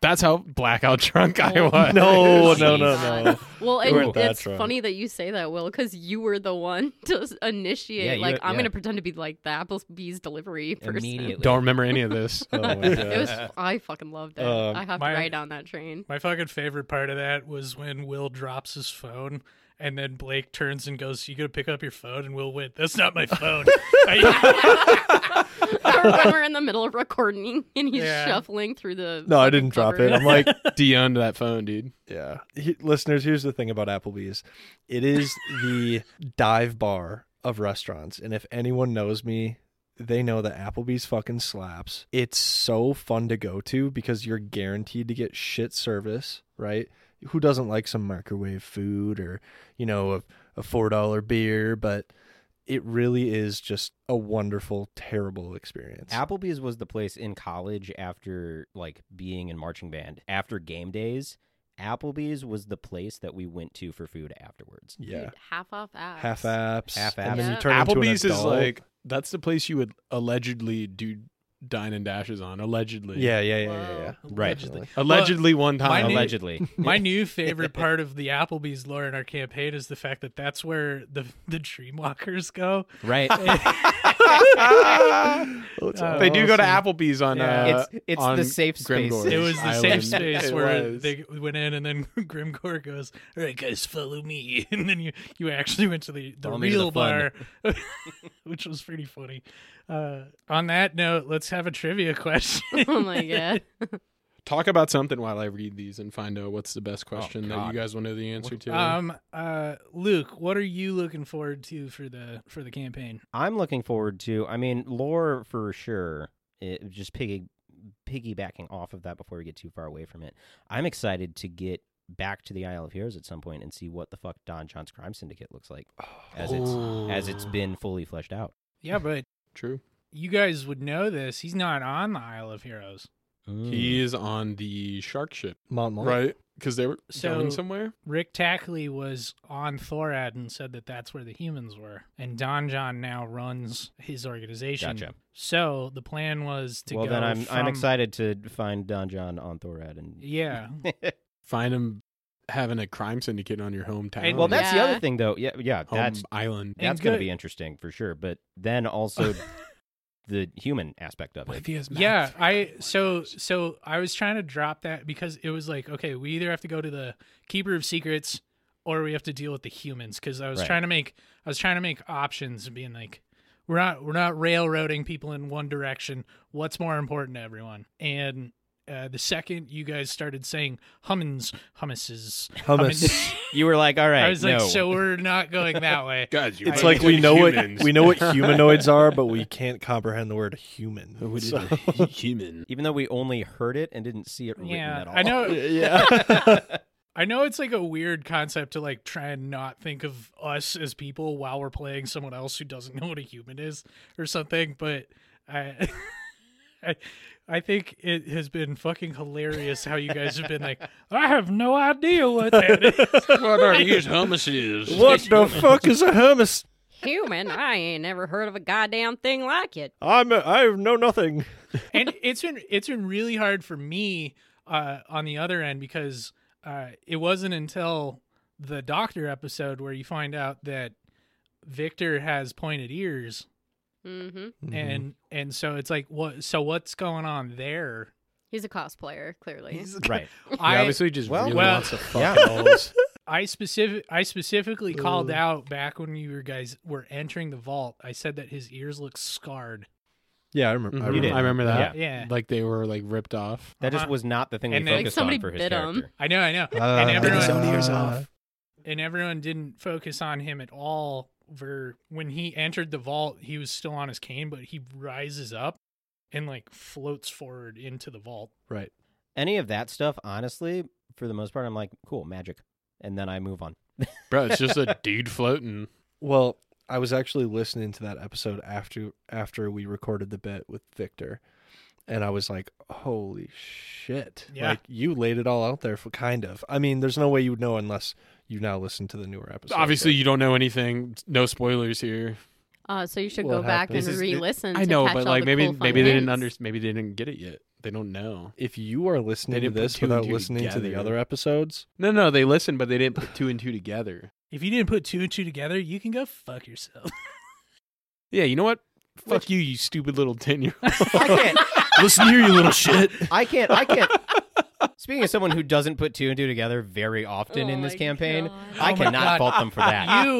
S3: That's how blackout drunk I
S4: Oh
S3: was.
S1: No,
S5: Jeez.
S1: no, no, no.
S5: Well,
S1: We
S5: and
S1: weren't that
S5: it's
S1: drunk.
S5: funny that you say that, Will, because you were the one to s- initiate.
S4: Yeah, you-
S5: like, I'm
S4: yeah.
S5: gonna pretend to be like the Applebee's delivery person.
S4: Immediately.
S3: Don't remember any of this.
S1: Oh my god.
S5: It was. I fucking loved it.
S1: Um,
S5: I hopped
S2: my-
S5: right on that train.
S2: My fucking favorite part of that was when Will drops his phone and then Blake turns and goes, You gonna pick up your phone? And Will went, That's not my phone. I-
S5: when we're in the middle of recording and he's
S2: Yeah.
S5: shuffling through the.
S1: No, I didn't drop it.
S5: cover.
S1: I'm like,
S3: D owned that phone, dude.
S1: yeah. He- listeners, here's the thing about Applebee's. It is the dive bar of restaurants. And if anyone knows me, they know that Applebee's fucking slaps. It's so fun to go to because you're guaranteed to get shit service, right? Who doesn't like some microwave food or, you know, a, a $4 beer, but it really is just a wonderful, terrible experience.
S4: Applebee's was the place in college after like being in marching band after game days. Applebee's was the place that we went to for food afterwards.
S5: Dude,
S1: yeah.
S5: half off apps.
S1: Half apps.
S4: Half
S1: And then
S5: apps.
S1: you
S5: Yeah.
S1: turn into an
S3: Applebee's is
S1: adult.
S3: like that's the place you would allegedly do dine and dashes on. Allegedly,
S1: Yeah, yeah, yeah, yeah, yeah.
S4: Right.
S1: Definitely.
S3: Allegedly, one time.
S2: my new-
S4: Allegedly.
S2: My new favorite part of the Applebee's lore in our campaign is the fact that that's where the the Dreamwalkers go.
S4: right.
S3: they do go to Applebee's on.
S2: Yeah.
S3: Uh,
S4: it's it's the
S3: on
S4: safe space.
S3: Grimgor's.
S2: It was the
S3: Island.
S2: safe space
S3: It
S2: where
S3: was.
S2: they went in, and then Grimcore goes, "All right, guys, follow me," and then you you actually went to the the
S4: Follow me to the
S2: real
S4: fun.
S2: bar, which was pretty funny. Uh, on that note, let's have a trivia question.
S5: oh my god.
S3: talk about something while I read these and find out what's the best question that
S4: God.
S3: you guys will know the answer to.
S2: Um, uh, Luke, what are you looking forward to for the for the campaign?
S4: I'm looking forward to. I mean, lore for sure. It, just piggy, piggybacking off of that before we get too far away from it. I'm excited to get back to the Isle of Heroes at some point and see what the fuck Don John's crime syndicate looks like as it's as
S2: Oh.
S4: it's been fully fleshed out.
S2: Yeah, but
S3: True.
S2: you guys would know this. He's not on the Isle of Heroes.
S3: He is on the shark ship,
S1: Mont Blanc.
S3: right? Because they were
S2: So-
S3: going somewhere.
S2: Rick Tackley was on Thorad and said that that's where the humans were, and Don John now runs his organization.
S4: Gotcha.
S2: So the plan was to
S4: well,
S2: go.
S4: then I'm I'm
S2: from-
S4: excited to find Don John on Thorad and.
S2: Yeah,
S3: Find him having a crime syndicate on your hometown.
S2: And-
S4: well, that's the
S5: Yeah.
S4: other thing, though. Yeah, yeah,
S3: home
S4: that's
S3: island.
S2: Oh, And
S4: that's going to
S2: good-
S4: be interesting for sure. But then also the human aspect of
S3: What if
S4: it.
S3: he has mouth
S2: yeah.
S3: for
S2: I
S3: crime
S2: so
S3: syndicate?
S2: so I was trying to drop that because it was like, okay, we either have to go to the Keeper of Secrets or we have to deal with the humans. Because I was
S4: Right.
S2: trying to make I was trying to make options and being like, we're not we're not railroading people in one direction. What's more important to everyone? And uh, the second you guys started saying hummins, hummuses,
S1: Hummus.
S4: You were like, all right,
S2: I was like,
S4: no.
S2: so we're not going that way.
S3: Guys, you
S1: It's
S3: run
S1: like we
S3: into
S1: know
S3: humans.
S1: what we know what humanoids are, but we can't comprehend the word human.
S3: What is
S1: So-
S3: a human?
S4: even though we only heard it and didn't see it written
S2: Yeah,
S4: at all.
S2: I know.
S1: yeah.
S2: I know it's like a weird concept to like try and not think of us as people while we're playing someone else who doesn't know what a human is or something, but I I, I think it has been fucking hilarious how you guys have been like, I have no idea what that is.
S3: what are these hummuses?
S1: What the fuck is a hummus?
S5: Human, I ain't never heard of a goddamn thing like it.
S1: I'm a, I know nothing.
S2: and it's been it's been really hard for me uh, on the other end because uh, it wasn't until the doctor episode where you find out that Victor has pointed ears
S5: hmm
S1: Mm-hmm.
S2: and and so it's like what so what's going on there
S5: He's a cosplayer, clearly.
S4: Right.
S3: He
S2: i
S3: obviously just
S4: Well-
S3: really
S2: well-
S3: wants to fuck
S4: Yeah.
S3: elves.
S2: i specific i specifically called out back when you were guys were entering the vault i said that his ears look scarred
S1: Yeah, I remember. I
S3: Mhm.
S1: remember.
S3: I remember that.
S2: yeah
S3: Like they were like ripped off.
S4: That just
S2: Uh-huh.
S4: was not the thing
S2: And
S4: we
S2: then- Like
S4: focused
S5: somebody
S4: on for his
S5: bit 'em.
S4: character.
S2: i know i know
S1: Uh,
S2: and
S1: Get his own
S2: everyone
S1: ears off.
S2: and everyone didn't focus on him at all for when he entered the vault he was still on his cane but he rises up and like floats forward into the vault
S1: Right.
S4: any of that stuff, honestly, for the most part, I'm like, cool, magic. And then I move on.
S3: Bro, it's just a dude floating.
S1: Well, I was actually listening to that episode after after we recorded the bit with Victor, and I was like, "Holy shit!"
S2: Yeah.
S1: Like you laid it all out there for kind of. I mean, there's no way you would know unless you now listen to the newer episode.
S3: Obviously, you don't know anything. No spoilers here.
S5: Uh, so you should
S1: What
S5: go back
S1: happened?
S5: and
S3: This is-
S5: re-listen.
S3: I
S5: to
S3: know,
S5: catch all
S3: but like
S5: the
S3: maybe
S5: cool, fun
S3: maybe they didn't
S5: hints.
S3: under, maybe they didn't get it yet. They don't know.
S1: if you are
S3: They
S1: listening to
S3: didn't put
S1: this
S3: two and
S1: without
S3: two
S1: listening to the
S3: together.
S1: other episodes,
S3: No, no, they listened, but they didn't put two and two together.
S2: If you didn't put two and two together, you can go fuck yourself.
S3: Yeah, you know what? Fuck you, you stupid little ten year old.
S4: I can't.
S3: Listen here, you little shit.
S4: I can't. I can't. Speaking of someone who doesn't put two and two together very often
S5: Oh
S4: in this
S5: my
S4: campaign,
S5: God.
S4: I
S2: Oh my
S4: cannot
S2: God.
S4: fault them for that.
S2: you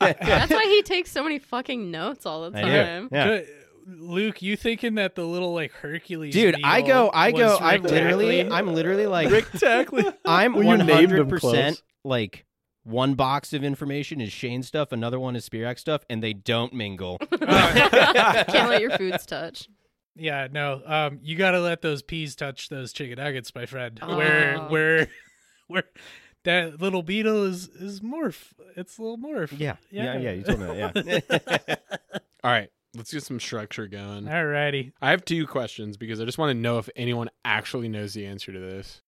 S5: That's why he takes so many fucking notes all the
S4: I
S5: time.
S4: do. Yeah.
S2: Good- Luke, you thinking that the little like Hercules?
S4: Dude, I
S2: beetle
S4: go, I go,
S2: was
S4: I
S2: Rick
S4: literally,
S2: Tackley?
S4: I'm literally like,
S1: Rick Tackley.
S4: I'm
S1: Well, you
S4: one
S1: named 'em
S4: hundred
S1: close.
S4: percent like one box of information is Shane stuff, another one is Spearak stuff, and they don't mingle.
S5: Can't let your foods touch.
S2: yeah, no. Um, you gotta let those peas touch those chicken nuggets, my friend.
S5: Oh.
S2: Where, where, where? That little beetle is is morph. It's a little morph.
S4: yeah, yeah,
S2: Yeah.
S4: yeah. You told me that. Yeah.
S3: All right, let's get some structure going.
S2: Alrighty.
S3: I have two questions because I just want to know if anyone actually knows the answer to this.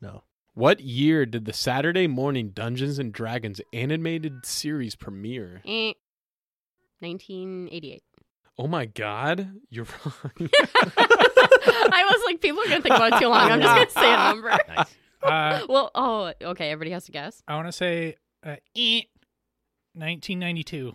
S1: No.
S3: What year did the Saturday morning Dungeons and Dragons animated series premiere?
S5: Eh. 1988.
S3: Oh my god, you're wrong.
S5: I was like, people are gonna think about it too long. I'm just gonna say a number.
S4: nice.
S2: Uh,
S5: well, oh, okay. Everybody has to guess.
S2: I want to say, uh, eh, 1992.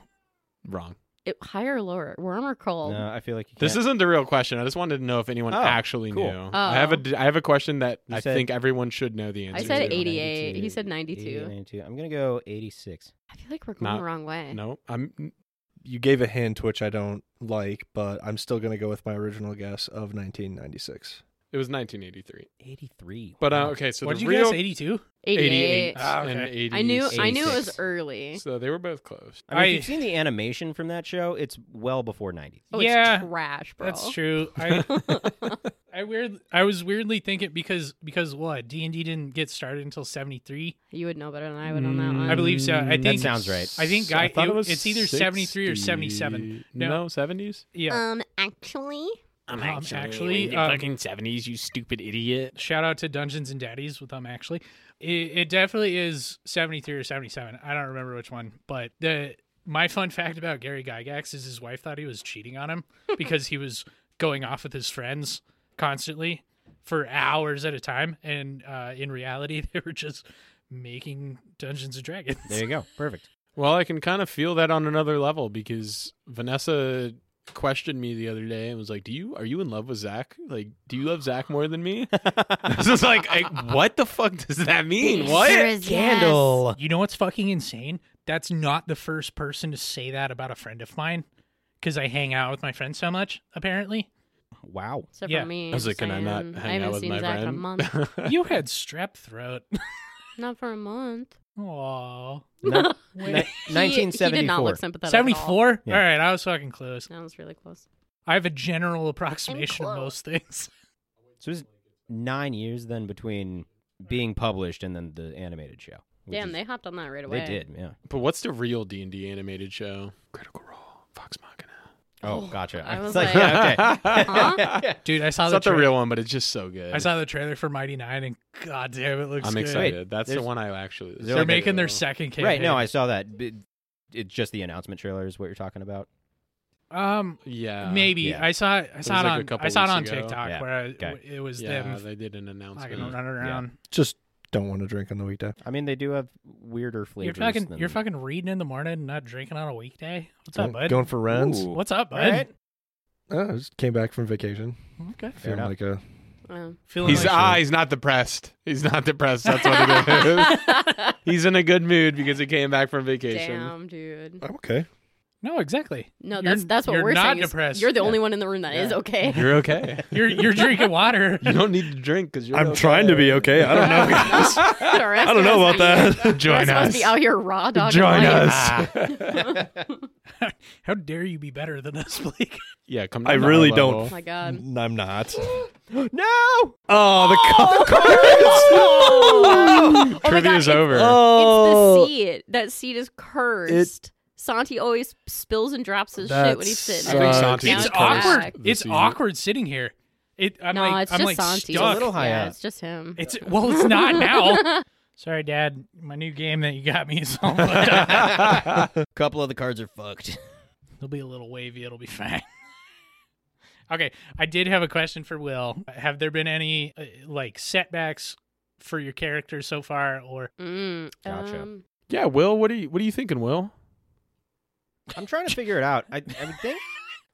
S3: wrong.
S5: It, higher or lower? Worm or cold?
S4: No, I feel like you
S3: This
S4: can't-
S3: isn't the real question. I just wanted to know if anyone
S4: Oh,
S3: actually
S4: cool.
S3: knew. I have a d- I have a question that
S4: You
S3: I
S4: said-
S3: think everyone should know the answer.
S5: I said
S3: to.
S5: 88. He said 92.
S4: 92. I'm gonna go 86.
S5: I feel like we're going
S3: Not-
S5: the wrong way.
S3: No, I'm
S1: You gave a hint which I don't like, but I'm still gonna go with my original guess of 1996.
S3: It was 1983.
S4: 83.
S3: But uh,
S4: Wow.
S3: okay, so
S2: What'd
S3: the
S2: you
S3: real
S2: guess? 82.
S5: 88.
S3: 88
S2: Ah,
S3: and
S2: okay.
S3: 80.
S5: I knew. I knew it was
S4: 86.
S5: early.
S3: So they were both close.
S4: I mean,
S2: I-
S4: if you've seen the animation from that show, it's well before 90.
S5: Oh,
S2: Yeah,
S5: it's trash, bro.
S2: That's true. I I weird. I was weirdly thinking because because what D and D didn't get started until 73.
S5: you would know better than I would on that
S3: Mm,
S5: one.
S2: I believe so. I
S4: That
S2: think
S4: sounds right.
S2: I think
S3: I
S2: I,
S3: thought
S2: it-
S3: it was
S2: it's either 73 or 77.
S3: 60.
S2: No.
S3: No, 70s.
S2: Yeah.
S5: Um, actually,
S2: I'm Um, actually actually, in the um, fucking
S3: 70s, you stupid idiot.
S2: Shout out to Dungeons and Daddies with them actually. It, it definitely is 73 or 77. I don't remember which one, but the my fun fact about Gary Gygax is his wife thought he was cheating on him because he was going off with his friends constantly for hours at a time and uh, in reality they were just making Dungeons and Dragons.
S4: There you go. Perfect.
S3: Well, I can kind of feel that on another level because Vanessa questioned me the other day and was like, "Do you are you in love with Zach? Like, do you love Zach more than me?" this is like, I, what the fuck does that mean? What?
S4: Candle.
S2: You know what's fucking insane? That's not the first person to say that about a friend of mine because I hang out with my friends so much, apparently.
S4: Wow.
S5: except
S2: Yeah.
S5: for me.
S3: I was like, "Can I not
S5: Sam.
S3: hang
S5: I haven't
S3: out with
S5: seen
S3: my
S5: Zach in
S3: friend?"
S5: a month.
S2: You had strep throat.
S5: not for a month.
S2: Aw.
S4: Ni-
S2: Wait.
S4: ni-
S5: He- He did
S4: 1974.
S5: not look sympathetic. at all.
S2: 74?
S4: Yeah.
S2: All right, I was fucking close.
S5: That was really close.
S2: I have a general approximation of
S5: close.
S2: most things.
S4: So it was nine years then between being published and then the animated show. which
S5: Damn,
S4: is-
S5: they hopped on that right away.
S4: they did, yeah.
S3: But what's the real D and D animated show? Critical Role, Fox Machina.
S4: Oh,
S5: Oh,
S4: gotcha.
S5: I
S4: It's
S5: was like-
S4: yeah, okay.
S5: Huh?
S2: Dude, I saw
S3: It's
S2: the,
S3: not the
S2: tra-
S3: real one, but it's just so good.
S2: I saw the trailer for Mighty 9 and god damn it looks
S3: I'm
S2: good.
S3: excited. That's the
S4: there's-
S3: one I actually.
S4: They're
S2: They're
S4: like-
S2: making their second campaign.
S4: right, no, I saw that. but It's just the announcement trailer is what you're talking about.
S2: um
S3: Uh, Yeah,
S2: maybe
S4: yeah.
S2: I saw it- I saw it
S3: was like a
S2: on
S3: couple
S2: I saw it
S3: weeks
S2: on
S3: ago.
S2: TikTok
S4: Yeah,
S2: where I,
S4: okay.
S2: it was
S3: Yeah,
S2: them
S3: they did an
S2: fucking
S3: announcement.
S2: running around.
S1: Just don't want to drink on the weekday.
S4: I mean, they do have weirder flavors.
S2: You're fucking
S4: than-
S2: you're fucking reading in the morning and not drinking on a weekday. What's up,
S1: Going-
S2: bud?
S1: Going for runs.
S4: Ooh.
S2: What's up, bud?
S4: Alright.
S1: Uh, I just came back from vacation.
S2: Okay.
S1: Feeling
S4: enough.
S1: like a
S5: Oh.
S2: Feeling
S3: He's
S2: like,
S3: ah, he's not depressed. He's not depressed. That's what it is. he's in a good mood because he came back from vacation.
S5: Damn, dude.
S1: I'm okay.
S2: No, exactly.
S5: No,
S2: You're-
S5: that's that's what
S2: you're
S5: we're
S2: not
S5: saying. is
S2: depressed.
S5: You're the only one in the room that is okay.
S3: You're okay.
S2: You're you're drinking water.
S3: You don't need to drink because you're.
S1: I'm
S3: okay.
S1: trying to be okay. I don't know, guys. I don't know about that.
S5: We're
S3: Join
S5: supposed to
S3: us.
S5: be out here raw dog.
S3: Join us.
S2: How dare you be better than us, Blake?
S3: yeah, come.
S1: I
S3: down to
S1: really
S3: our
S1: don't
S5: Oh
S3: level.
S5: my god.
S1: N- I'm not.
S4: No.
S1: Oh, the oh, cards.
S5: Oh my
S3: Trivia
S5: God,
S3: is
S5: it's-
S3: over.
S5: It's the
S1: oh,
S5: seed. That seed is cursed. Santi always spills and drops his shit when he's sitting.
S1: I
S3: uh,
S5: there.
S1: think Santi
S5: Down
S1: is cursed.
S2: It's
S5: the back.
S2: awkward. It's
S3: This evening.
S2: awkward sitting here. It. I'm
S5: no,
S2: like
S5: it's
S2: I'm
S5: just
S2: like
S5: Santi.
S2: stuck.
S4: a little high
S5: yeah,
S4: up.
S5: it's just him.
S2: It's well, it's not now. Sorry, Dad. My new game that you got me is all fucked up.
S4: Couple of the cards are fucked.
S2: It'll be a little wavy. It'll be fine. okay, I did have a question for Will. Have there been any uh, like setbacks for your character so far, or
S5: Mm,
S4: Gotcha.
S5: um,
S3: Yeah, Will. What are you? What are you thinking, Will?
S4: I'm trying to figure it out. I, I would think,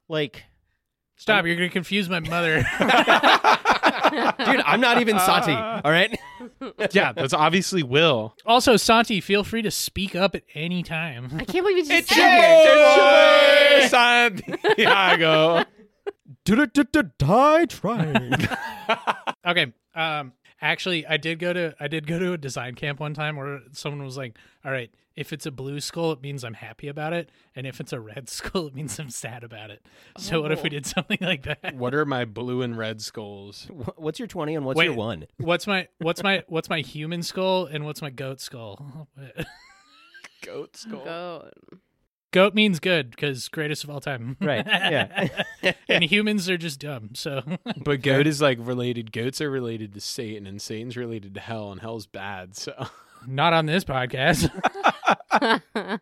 S4: like,
S2: stop? You're gonna confuse my mother.
S4: dude, I'm not even Sati. All right.
S3: Yeah, that's obviously Will.
S2: also, Santi, feel free to speak up at any time.
S5: I can't believe you just
S2: It's
S5: said
S2: your- Hey,
S5: it.
S3: Oh, Santiago.
S4: Die trying.
S2: Okay. Um. Actually, I did go to I did go to a design camp one time where someone was like, "All right, if it's a blue skull, it means I'm happy about it, and if it's a red skull, it means I'm sad about it." So, what
S5: Oh.
S2: if we did something like that?
S3: What are my blue and red skulls?
S4: What's your twenty and what's
S2: Wait.
S4: your one?
S2: What's my what's my what's my human skull and what's my goat skull?
S3: Goat skull.
S5: Go.
S2: goat means good because greatest of all time.
S4: Right. Yeah.
S2: and humans are just dumb. So
S3: But goat is like related. Goats are related to Satan, and Satan's related to hell, and hell's bad. So
S2: not on this podcast.
S3: yeah,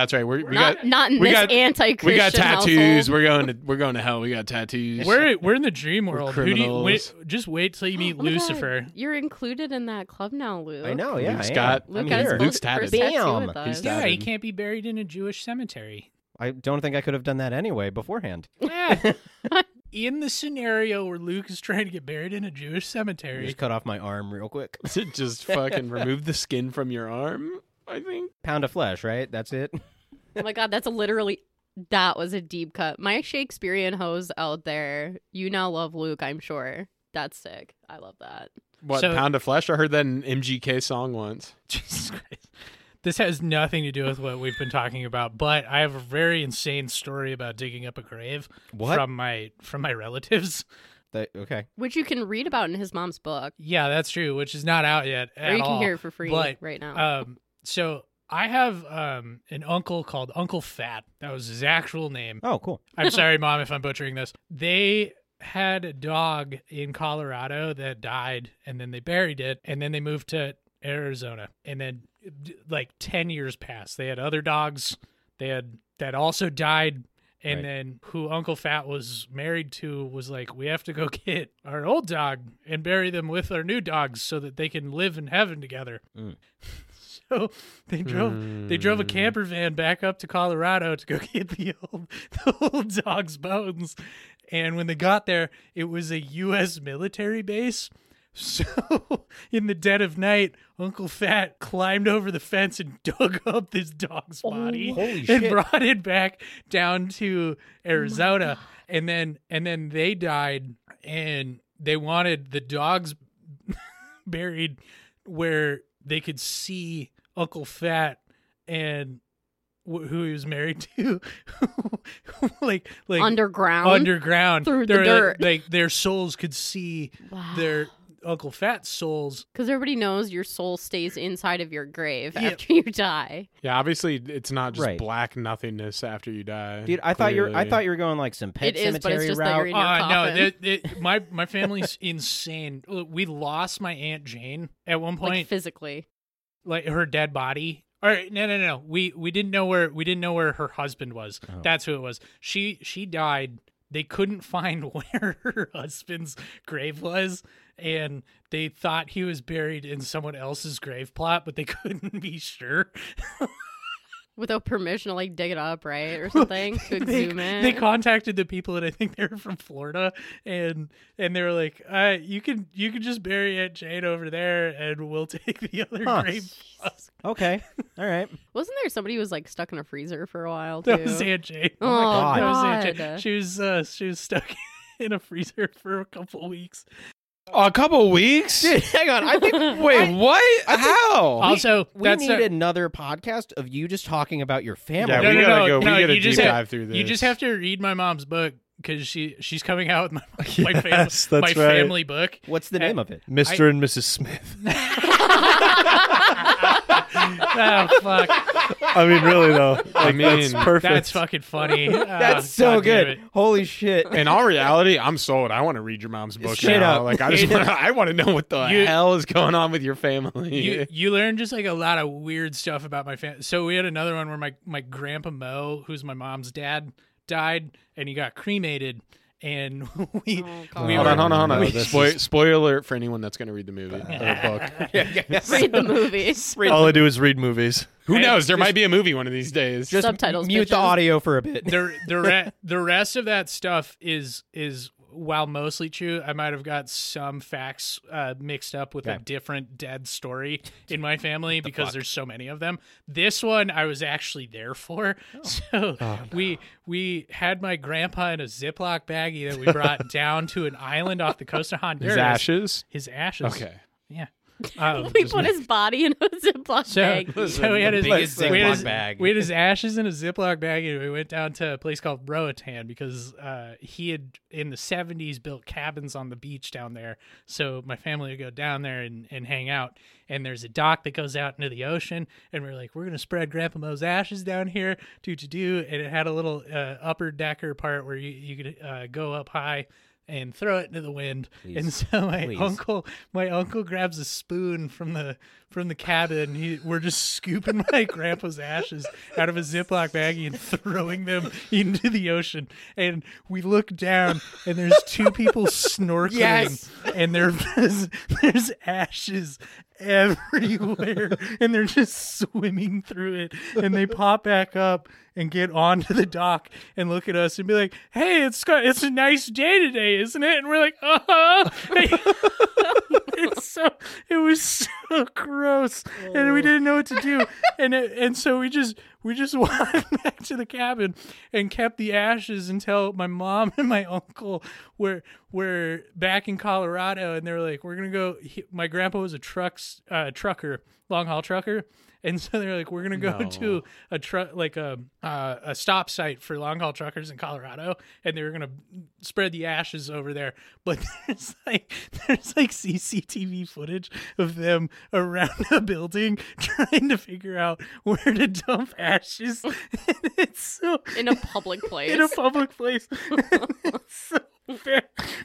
S3: that's right. We're, we
S5: not,
S3: got
S5: not in
S3: we
S5: this
S3: got-
S5: anti-Christian
S3: we got tattoos.
S5: household.
S3: We're going to we're going to hell. We got tattoos.
S2: we're we're in the dream
S3: We're
S2: world. Who do you, wait,
S3: criminals.
S2: just wait till you meet
S5: Oh my God,
S2: Lucifer.
S5: You're included in that club now, Luke.
S4: I know. Yeah.
S3: Luke's
S4: I am.
S3: got-
S5: Luke
S4: I'm
S5: got his
S4: here.
S5: full-
S3: Luke's tatted.
S5: first tattoo
S4: Bam.
S5: with
S3: He's
S5: us.
S2: Yeah,
S3: Stabbing.
S2: he can't be buried in a Jewish cemetery.
S4: I don't think I could have done that anyway beforehand.
S2: Yeah. in the scenario where Luke is trying to get buried in a Jewish cemetery,
S4: Just cut off my arm real quick.
S3: just fucking remove the skin from your arm. I think.
S4: Pound of flesh, right? That's it.
S5: Oh my god, that's a literally that was a deep cut. My Shakespearean hoes out there, you now love Luke, I'm sure. That's sick. I love that.
S3: What
S2: So-
S3: pound of flesh? I heard that in an MGK song once.
S2: Jesus Christ. This has nothing to do with what we've been talking about, but I have a very insane story about digging up a grave
S4: What?
S2: from my from my relatives.
S4: That- okay.
S5: Which you can read about in his mom's book,
S2: Yeah, that's true, which is not out yet.
S5: or
S2: at
S5: you can
S2: all.
S5: hear it for free
S2: but,
S5: right now.
S2: Um, so I have um an uncle called Uncle Fat. That was his actual name.
S4: Oh, cool.
S2: I'm sorry, mom, if I'm butchering this. They had a dog in Colorado that died, and then they buried it, and then they moved to Arizona, and then d- like ten years passed. They had other dogs. They had that also died. And
S4: Right.
S2: then who Uncle Fat was married to was like, we have to go get our old dog and bury them with our new dogs so that they can live in heaven together.
S4: Mm.
S2: so they drove they drove
S4: Hmm.
S2: a camper van back up to Colorado to go get the old, the old dog's bones. And when they got there, it was a U.S. military base. So in the dead of night, Uncle Fat climbed over the fence and dug up this dog's body
S4: Holy
S2: and
S4: shit.
S2: brought it back down to Arizona. and then and then they died and they wanted the dogs buried where they could see Uncle Fat and wh- who he was married to like like
S5: underground.
S2: underground
S5: Through the
S2: They're, like-
S5: dirt.
S2: like their souls could see
S5: wow.
S2: their Uncle Fat's souls.
S5: Because everybody knows your soul stays inside of your grave
S2: Yeah.
S5: after you die.
S3: Yeah, obviously it's not just
S4: Right.
S3: black nothingness after you die.
S4: Dude, I thought you were I
S3: clearly.
S4: thought you were going like some pet
S5: It is, but
S4: cemetery
S5: it's just that
S4: route.
S5: you're in your
S2: Ah, no,
S5: coffin.
S2: they- they- my my family's insane. Look, We lost my aunt Jane at one
S5: Like
S2: point,
S5: physically.
S2: like, her dead body. All right, no, no, no. We we didn't know where we didn't know where her husband was.
S4: Oh.
S2: That's who it was. She she died. They couldn't find where her husband's grave was, and they thought he was buried in someone else's grave plot, but they couldn't be sure.
S5: without permission to like dig it up, right, or something to
S2: they,
S5: exhume it.
S2: they contacted the people and I think they were from Florida and and they were like, uh, you can you can just bury it, Jade, over there and we'll take the other
S4: Huh.
S2: grave.
S4: Okay. All right.
S5: Wasn't there somebody who was like stuck in a freezer for a while too?
S2: That was Aunt Jade.
S5: Oh, my
S4: God.
S2: That was
S5: God.
S2: Aunt Jade. She was uh, she was stuck in a freezer for a couple weeks.
S3: a couple weeks.
S4: hang on. I think
S3: Wait, what? How?
S2: also,
S4: we
S2: that's
S4: need
S2: a-
S4: another podcast of you just talking about your family.
S3: yeah,
S2: No,
S3: we
S2: no,
S3: gotta
S2: no,
S3: go.
S2: no,
S3: we gotta
S2: you just
S3: deep
S2: have-
S3: dive through this.
S2: you just have to read my mom's book because she she's coming out with my, my, fam-
S1: Yes,
S2: my
S1: that's right.
S2: family book.
S4: What's the
S2: Hey.
S4: name of it?
S1: Mr. and Mrs. Smith.
S2: Oh fuck,
S1: I mean, really though, like,
S3: I
S1: that's
S3: mean,
S1: perfect.
S2: that's fucking funny. Uh,
S4: That's so
S2: God damn
S4: good.
S2: it.
S4: Holy shit.
S3: In all reality, I'm sold. I want to read your mom's book
S4: Straight
S3: now.
S4: up.
S3: Like I just, wanna, I want to know what the
S2: You-
S3: hell is going on with your family.
S2: you you learn just like a lot of weird stuff about my family. So we had another one where my my grandpa Mo, who's my mom's dad, died and he got cremated, and we
S5: Oh,
S1: God.
S2: we
S3: hold
S2: were,
S3: on, hold on, hold on.
S1: No, this
S3: Spoil,
S1: is-
S3: spoiler alert for anyone that's going to read the movie or book.
S5: Read the movie.
S1: All I do is read movies.
S3: Who
S2: Hey,
S3: knows? There might be a movie one of these days.
S4: Just
S5: Subtitles,
S4: mute the
S5: bitches.
S4: audio for a bit.
S2: the the re- the rest of that stuff is is while mostly true, I might have got some facts uh, mixed up with a
S4: Okay.
S2: different dead story in my family because
S4: fuck?
S2: there's so many of them. This one I was actually there for,
S3: Oh.
S2: so we we had my grandpa in a Ziploc baggie that we brought down to an island off the coast of Honduras.
S3: his ashes.
S2: His ashes.
S3: Okay.
S2: Yeah. Um,
S5: we put his body in a Ziploc
S2: so,
S5: bag.
S2: so we had his,
S4: biggest
S2: we had
S4: Ziploc
S2: his-
S4: bag.
S2: We had his ashes in a Ziploc bag, and we went down to a place called Roatan because uh, he had in the '70s built cabins on the beach down there. So my family would go down there and, and hang out. And there's a dock that goes out into the ocean, and we're like, we're gonna spread Grandpa Mo's ashes down here, do to do. And it had a little uh, upper decker part where you you could uh, go up high. And throw it into the wind, and
S4: Please.
S2: so my
S4: Please.
S2: uncle uncle my uncle grabs a spoon from the from the cabin he, we're just scooping my grandpa's ashes out of a ziploc baggie and throwing them into the ocean and we look down and there's two people snorkeling
S4: Yes.
S2: and there's there's ashes everywhere and they're just swimming through it and they pop back up and get onto the dock and look at us and be like hey it's got, it's a nice day today isn't it and we're like uh-huh it's so it was so gross and we didn't know what to do and it, and so we just we just walked back to the cabin and kept the ashes until my mom and my uncle were were back in Colorado and they were like we're gonna go he, my grandpa was a trucks uh, trucker long haul trucker and so they're like we're gonna go
S3: No.
S2: to a truck like a uh, a stop site for long haul truckers in Colorado, and they were gonna spread the ashes over there. But there's like there's like CCTV footage of them around a building trying to figure out where to dump ashes, and it's so
S5: in a public place.
S2: in a public place. It's so fair.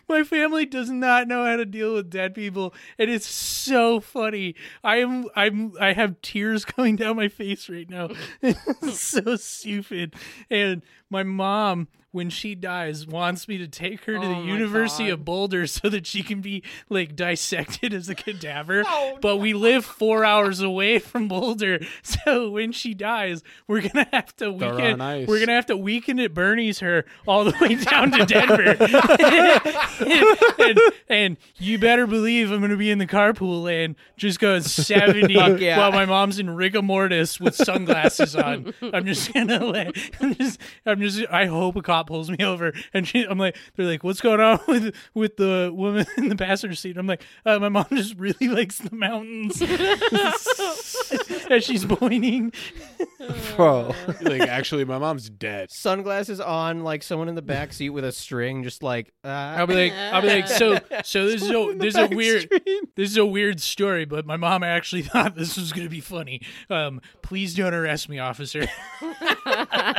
S2: My family does not know how to deal with dead people, and it's so funny. I am I'm I have tears going down my face right now. It's so stupid. And my mom when she dies wants me to take her to
S5: Oh
S2: the
S5: my
S2: University of
S5: God.
S2: Boulder so that she can be like dissected as a cadaver.
S5: Oh,
S2: but we live 4 hours away from Boulder. So when she dies, we're going to have to
S3: They're
S2: weekend
S3: on ice.
S2: we're gonna have to weekend at Bernie's her all the way down to Denver. and, and you better believe I'm gonna be in the carpool lane just going 70
S4: Fuck yeah.
S2: while my mom's in rigor mortis with sunglasses on. I'm just gonna like I'm just I'm just I hope a cop pulls me over and she, I'm like they're like what's going on with with the woman in the passenger seat? I'm like uh, my mom just really likes the mountains and she's pointing.
S1: Bro.
S3: like actually, my mom's dead.
S4: Sunglasses on, like someone in the back seat with a string, just like. Uh,
S2: I'll be like, I'll be like, so, so this is a,
S4: in the
S2: this is a
S4: back
S2: weird,
S4: street.
S2: this is a weird story, but my mom actually thought this was gonna be funny. Um, please don't arrest me, officer. Uh,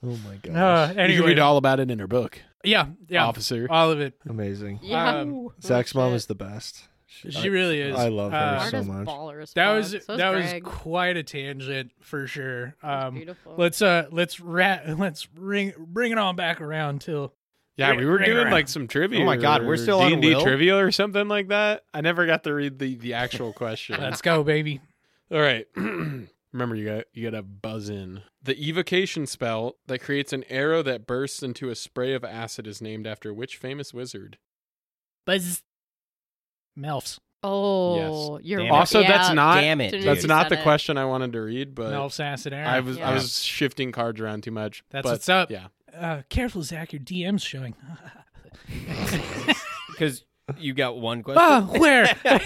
S1: Oh my god.
S2: Uh,
S3: You can
S2: anyway,
S3: read all about it in her book,
S2: yeah, yeah, Uh,
S3: officer.
S2: all of it.
S1: Amazing.
S5: yeah.
S2: Um,
S1: Zach's mom is the best.
S2: She really is.
S1: I love her
S2: Uh,
S1: so
S5: Hard as
S1: much.
S5: baller as
S2: That
S5: fuck.
S2: was
S5: So is
S2: that
S5: Greg.
S2: was quite a tangent for sure. Um,
S5: beautiful.
S2: let's uh, let's rat, let's ring, bring it on back around till
S3: Yeah,
S2: Ring-
S3: we were
S2: ring
S3: doing
S2: around.
S3: like some trivia.
S4: Oh my God, we're
S3: or
S4: still on
S3: D&D
S4: Will?
S3: trivia or something like that. I never got to read the the actual question.
S2: let's go, baby.
S3: All right. Remember, you got you got to buzz in. The evocation spell that creates an arrow that bursts into a spray of acid is named after which famous wizard?
S2: Buzz. Melfs.
S5: Oh, you're
S4: Damn it.
S5: right.
S3: Also, that's
S5: Yeah.
S3: not
S4: Damn it,
S5: Soon as
S4: dude.
S3: that's
S5: Mm, you
S3: not
S5: said
S3: the
S5: it.
S3: question I wanted to read, but
S2: Melfs acid air.
S3: I was
S5: Yeah.
S3: I was shifting cards around too much.
S2: That's
S3: but
S2: what's up.
S3: Yeah,
S2: Uh, careful, Zach. Your DM's showing.
S4: Because you got one question.
S2: oh, where? All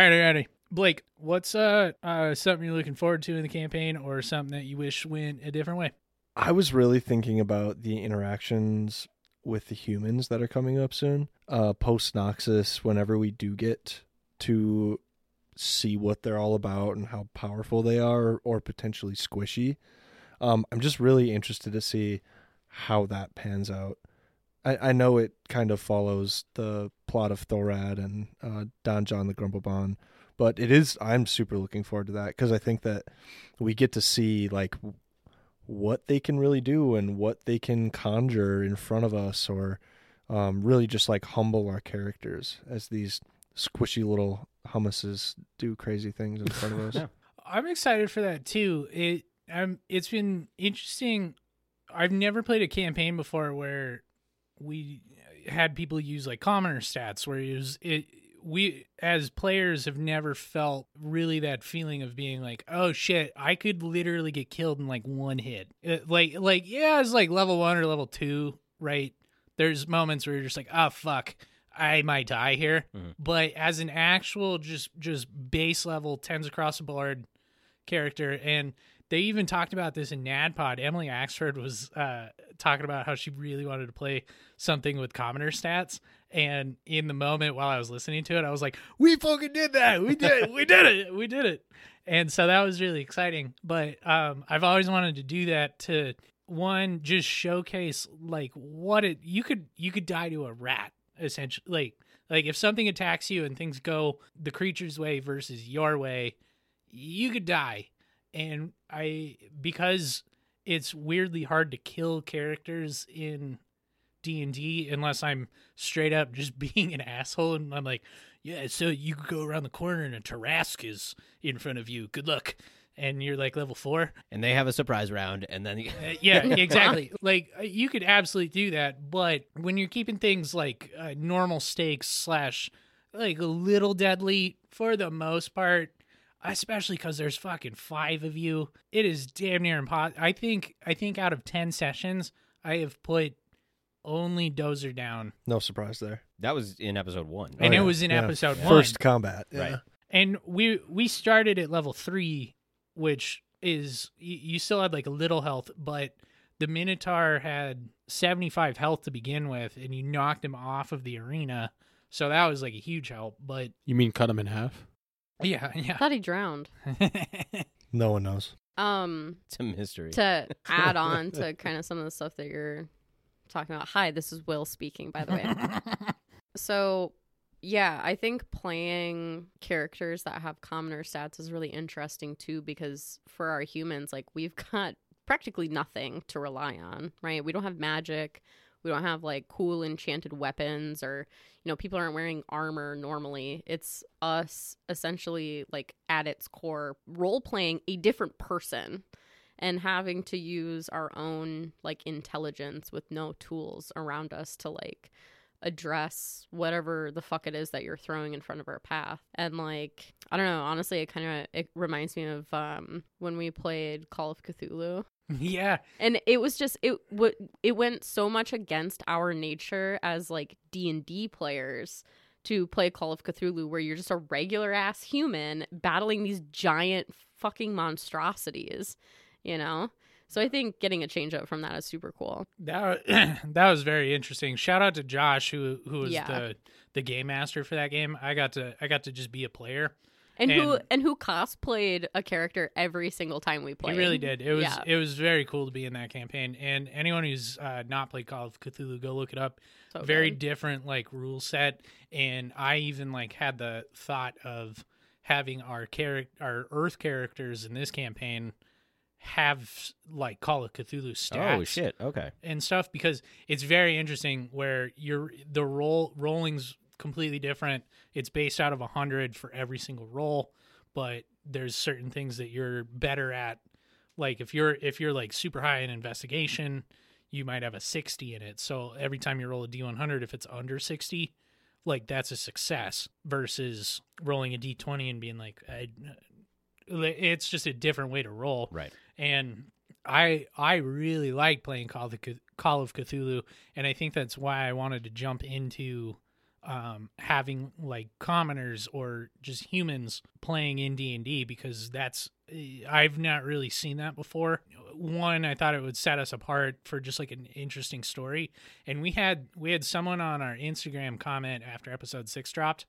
S2: right, all righty. Blake, what's uh, uh something you're looking forward to in the campaign or something that you wish went a different way?
S1: I was really thinking about the interactions with the humans that are coming up soon. Uh, Post Noxus, whenever we do get to see what they're all about and how powerful they are, or potentially squishy, um, I'm just really interested to see how that pans out. I, I know it kind of follows the plot of Thorad and uh, Don John the Grumblebond, but it is. I'm super looking forward to that because I think that we get to see like what they can really do and what they can conjure in front of us or um, really just like humble our characters as these squishy little hummuses do crazy things in front of us.
S4: Yeah.
S2: I'm excited for that too. It um it's been interesting. I've never played a campaign before where we had people use like commoner stats where it was it we as players have never felt really that feeling of being like oh shit i could literally get killed in like one hit It- like like yeah it's like level one or level two right there's moments where you're just like oh fuck i might die here
S4: Mhm.
S2: but as an actual just just base level tens across the board character and they even talked about this in NADPOD. Emily Axford was uh, talking about how she really wanted to play something with commoner stats. And in the moment while I was listening to it, I was like, "We fucking did that! We did! It. We did it! We did it!" And so that was really exciting. But um, I've always wanted to do that to one just showcase like what it you could you could die to a rat essentially like like if something attacks you and things go the creature's way versus your way you could die and I because it's weirdly hard to kill characters in D and D unless I'm straight up just being an asshole and I'm like, yeah, so you could go around the corner and a Tarask is in front of you. Good luck, and you're like level four.
S4: and they have a surprise round, and then you-
S2: Uh, yeah, exactly. like uh, you could absolutely do that, but when you're keeping things like uh, normal stakes slash like a little deadly for the most part, especially because there's fucking five of you, it is damn near impossible. I think I think out of ten sessions, I have put only Dozer down,
S1: No surprise there.
S4: that was in episode one.
S1: Oh,
S2: and
S1: yeah.
S2: it was in
S1: Yeah.
S2: episode one
S1: First combat.
S4: Right.
S1: Yeah.
S2: and we we started at level three which is you, you still had like a little health but the minotaur had 75 health to begin with and you knocked him off of the arena so that was like a huge help but
S3: you mean cut them in half?
S2: yeah
S5: I
S2: yeah
S5: thought he drowned.
S1: No one knows.
S5: Um,
S4: It's a mystery.
S5: to add on to kind of some of the stuff that you're talking about. Hi, this is Will speaking, by the way. so, yeah, I think playing characters that have commoner stats is really interesting too, because for our humans, like we've got practically nothing to rely on, right? We don't have magic. We don't have like cool enchanted weapons or, you know, people aren't wearing armor normally. It's us essentially, like at its core, role playing a different person and having to use our own like intelligence with no tools around us to like address whatever the fuck it is that you're throwing in front of our path and like i don't know honestly it kind of it reminds me of um when we played call of cthulhu
S2: yeah
S5: and it was just it w- it went so much against our nature as like d&d players to play call of cthulhu where you're just a regular ass human battling these giant fucking monstrosities you know so i think getting a change up from that is super cool
S2: that that was very interesting shout out to josh who who was
S5: Yeah.
S2: the the game master for that game i got to i got to just be a player
S5: and, who
S2: And-
S5: and who cosplayed a character every single time we played
S2: He really did. It was
S5: Yeah.
S2: it was very cool to be in that campaign. And anyone who's uh, not played Call of Cthulhu, go look it up.
S5: So
S2: very
S5: good.
S2: different like rule set. And I even like had the thought of having our character, our Earth characters in this campaign, have like Call of Cthulhu stats
S4: oh shit! Okay,
S2: and stuff because it's very interesting where you're the roll rolling's completely different. It's based out of a hundred for every single roll, but there's certain things that you're better at. Like if you're if you're like super high in investigation, you might have a 60 in it. So every time you roll a D100 if it's under 60, like that's a success versus rolling a D20 and being like I, it's just a different way to roll
S4: Right.
S2: and I I really like playing Call of, Cth- Call of Cthulhu, and I think that's why I wanted to jump into um, having like commoners or just humans playing in D and D because that's eh, I've not really seen that before. One, I thought it would set us apart for just like an interesting story, and we had we had someone on our Instagram comment after episode six dropped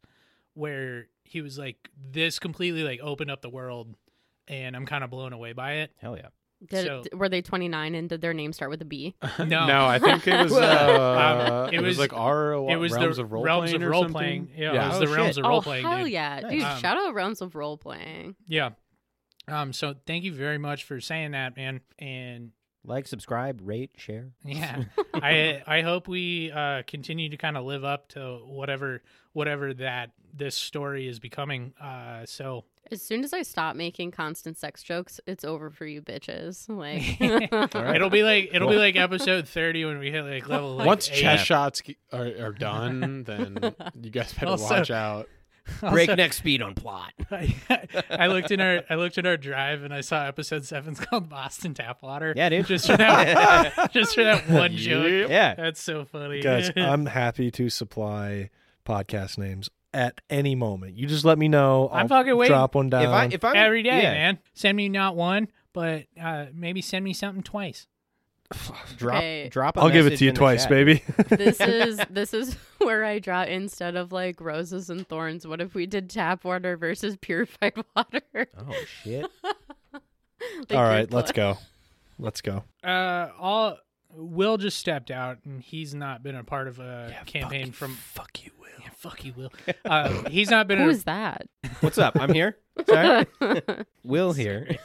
S2: where he was like, "This completely like opened up the world." And I'm kind of blown away by it.
S4: Hell yeah.
S5: Did,
S2: So-
S5: Were they 29 and did their name start with a B?
S2: No.
S3: no, I think it was. Uh,
S2: Um,
S3: it,
S2: it
S3: was,
S2: was-
S3: like our
S2: it was
S3: realms
S2: the
S3: of role
S2: realms
S3: playing
S2: of
S3: or
S2: role
S3: something.
S2: playing. Yeah,
S3: Yeah.
S2: it was
S4: Oh,
S2: the realms
S4: shit.
S2: of role
S5: oh,
S2: playing.
S5: hell
S2: dude.
S5: yeah.
S4: Nice.
S5: Dude,
S2: Um,
S5: shout out Realms of Role Playing.
S2: yeah. Um. So thank you very much for saying that, man. And
S4: Like, subscribe, rate, share.
S2: yeah, I I hope we uh, continue to kind of live up to whatever whatever that this story is becoming. Uh. So
S5: As soon as I stop making constant sex jokes, it's over for you bitches. Like,
S4: right.
S2: it'll be like it'll be like episode thirty when we hit like level like
S3: Once
S2: eight.
S3: chest shots ge- are, are done, then you guys better
S2: Also-
S3: watch out.
S4: Breakneck speed on plot.
S2: I looked in our I looked in our drive and I saw episode seven's called Boston Tap Water.
S4: Yeah, dude.
S2: Just for that, just for that one joke.
S3: Yep.
S4: Yeah.
S2: That's so funny.
S1: Guys, I'm happy to supply podcast names at any moment. You just let me know.
S2: I'm
S1: I'll
S2: fucking waiting.
S1: Drop one down.
S4: If I if I'm
S2: every day,
S4: yeah,
S2: man. Send me not one, but uh, maybe send me something twice.
S4: drop
S5: Okay.
S4: drop. a
S1: I'll give it
S4: message
S1: to you
S4: in the
S1: twice,
S4: chat.
S1: baby.
S5: this is this is where I draw instead of like roses and thorns. What if we did tap water versus purified water?
S4: Oh shit.
S5: Like,
S1: All right,
S5: you'd
S1: let's
S5: put-
S1: go. Let's go.
S2: Uh, all Will just stepped out, and he's not been a part of a campaign from. Fuck you, Will. Yeah, fuck you, Will. Uh, he's not been.
S5: Who
S2: a-
S5: is that?
S4: What's up? I'm here. Sorry. Will here.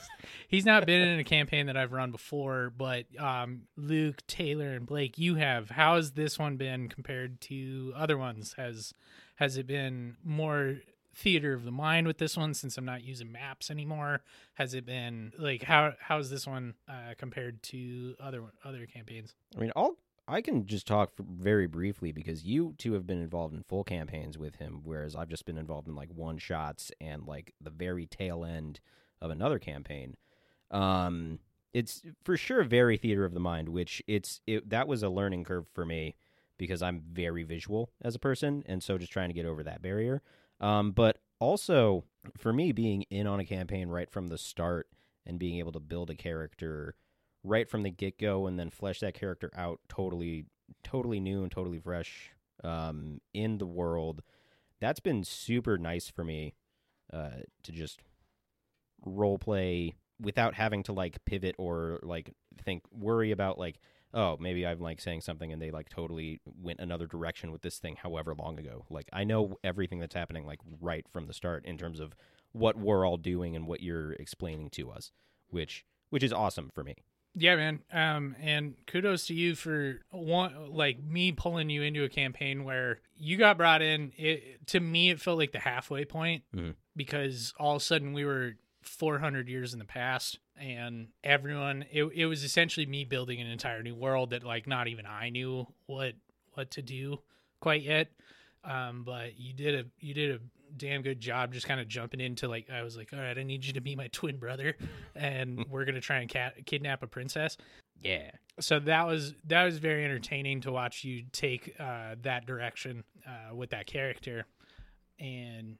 S2: he's not been in a campaign that I've run before. But um, Luke, Taylor, and Blake, you have. How has this one been compared to other ones? Has has it been more theater of the mind with this one since I'm not using maps anymore? Has it been like how how is this one uh, compared to other other campaigns?
S4: I mean, I'll I can just talk for very briefly because you two have been involved in full campaigns with him, whereas I've just been involved in like one shots and like the very tail end of another campaign. Um, it's for sure very theater of the mind, which it's it, that was a learning curve for me because I'm very visual as a person, and so just trying to get over that barrier. Um, but also for me, being in on a campaign right from the start and being able to build a character right from the get go and then flesh that character out totally, totally new and totally fresh um, in the world. That's been super nice for me uh, to just role play without having to like pivot or like think worry about like oh maybe i'm like saying something and they like totally went another direction with this thing however long ago like i know everything that's happening like right from the start in terms of what we're all doing and what you're explaining to us which which is awesome for me
S2: Yeah, man. Um, and kudos to you for one, like me pulling you into a campaign where you got brought in. It to me, it felt like the halfway point
S4: Mhm.
S2: because all of a sudden we were 400 years in the past, and everyone. It it was essentially me building an entire new world that like not even I knew what what to do quite yet. Um, but you did a you did a damn good job just kind of jumping into like I was like, all right, I need you to be my twin brother, and we're gonna try and cat- kidnap a princess.
S4: yeah
S2: So that was that was very entertaining to watch you take uh, that direction uh, with that character, and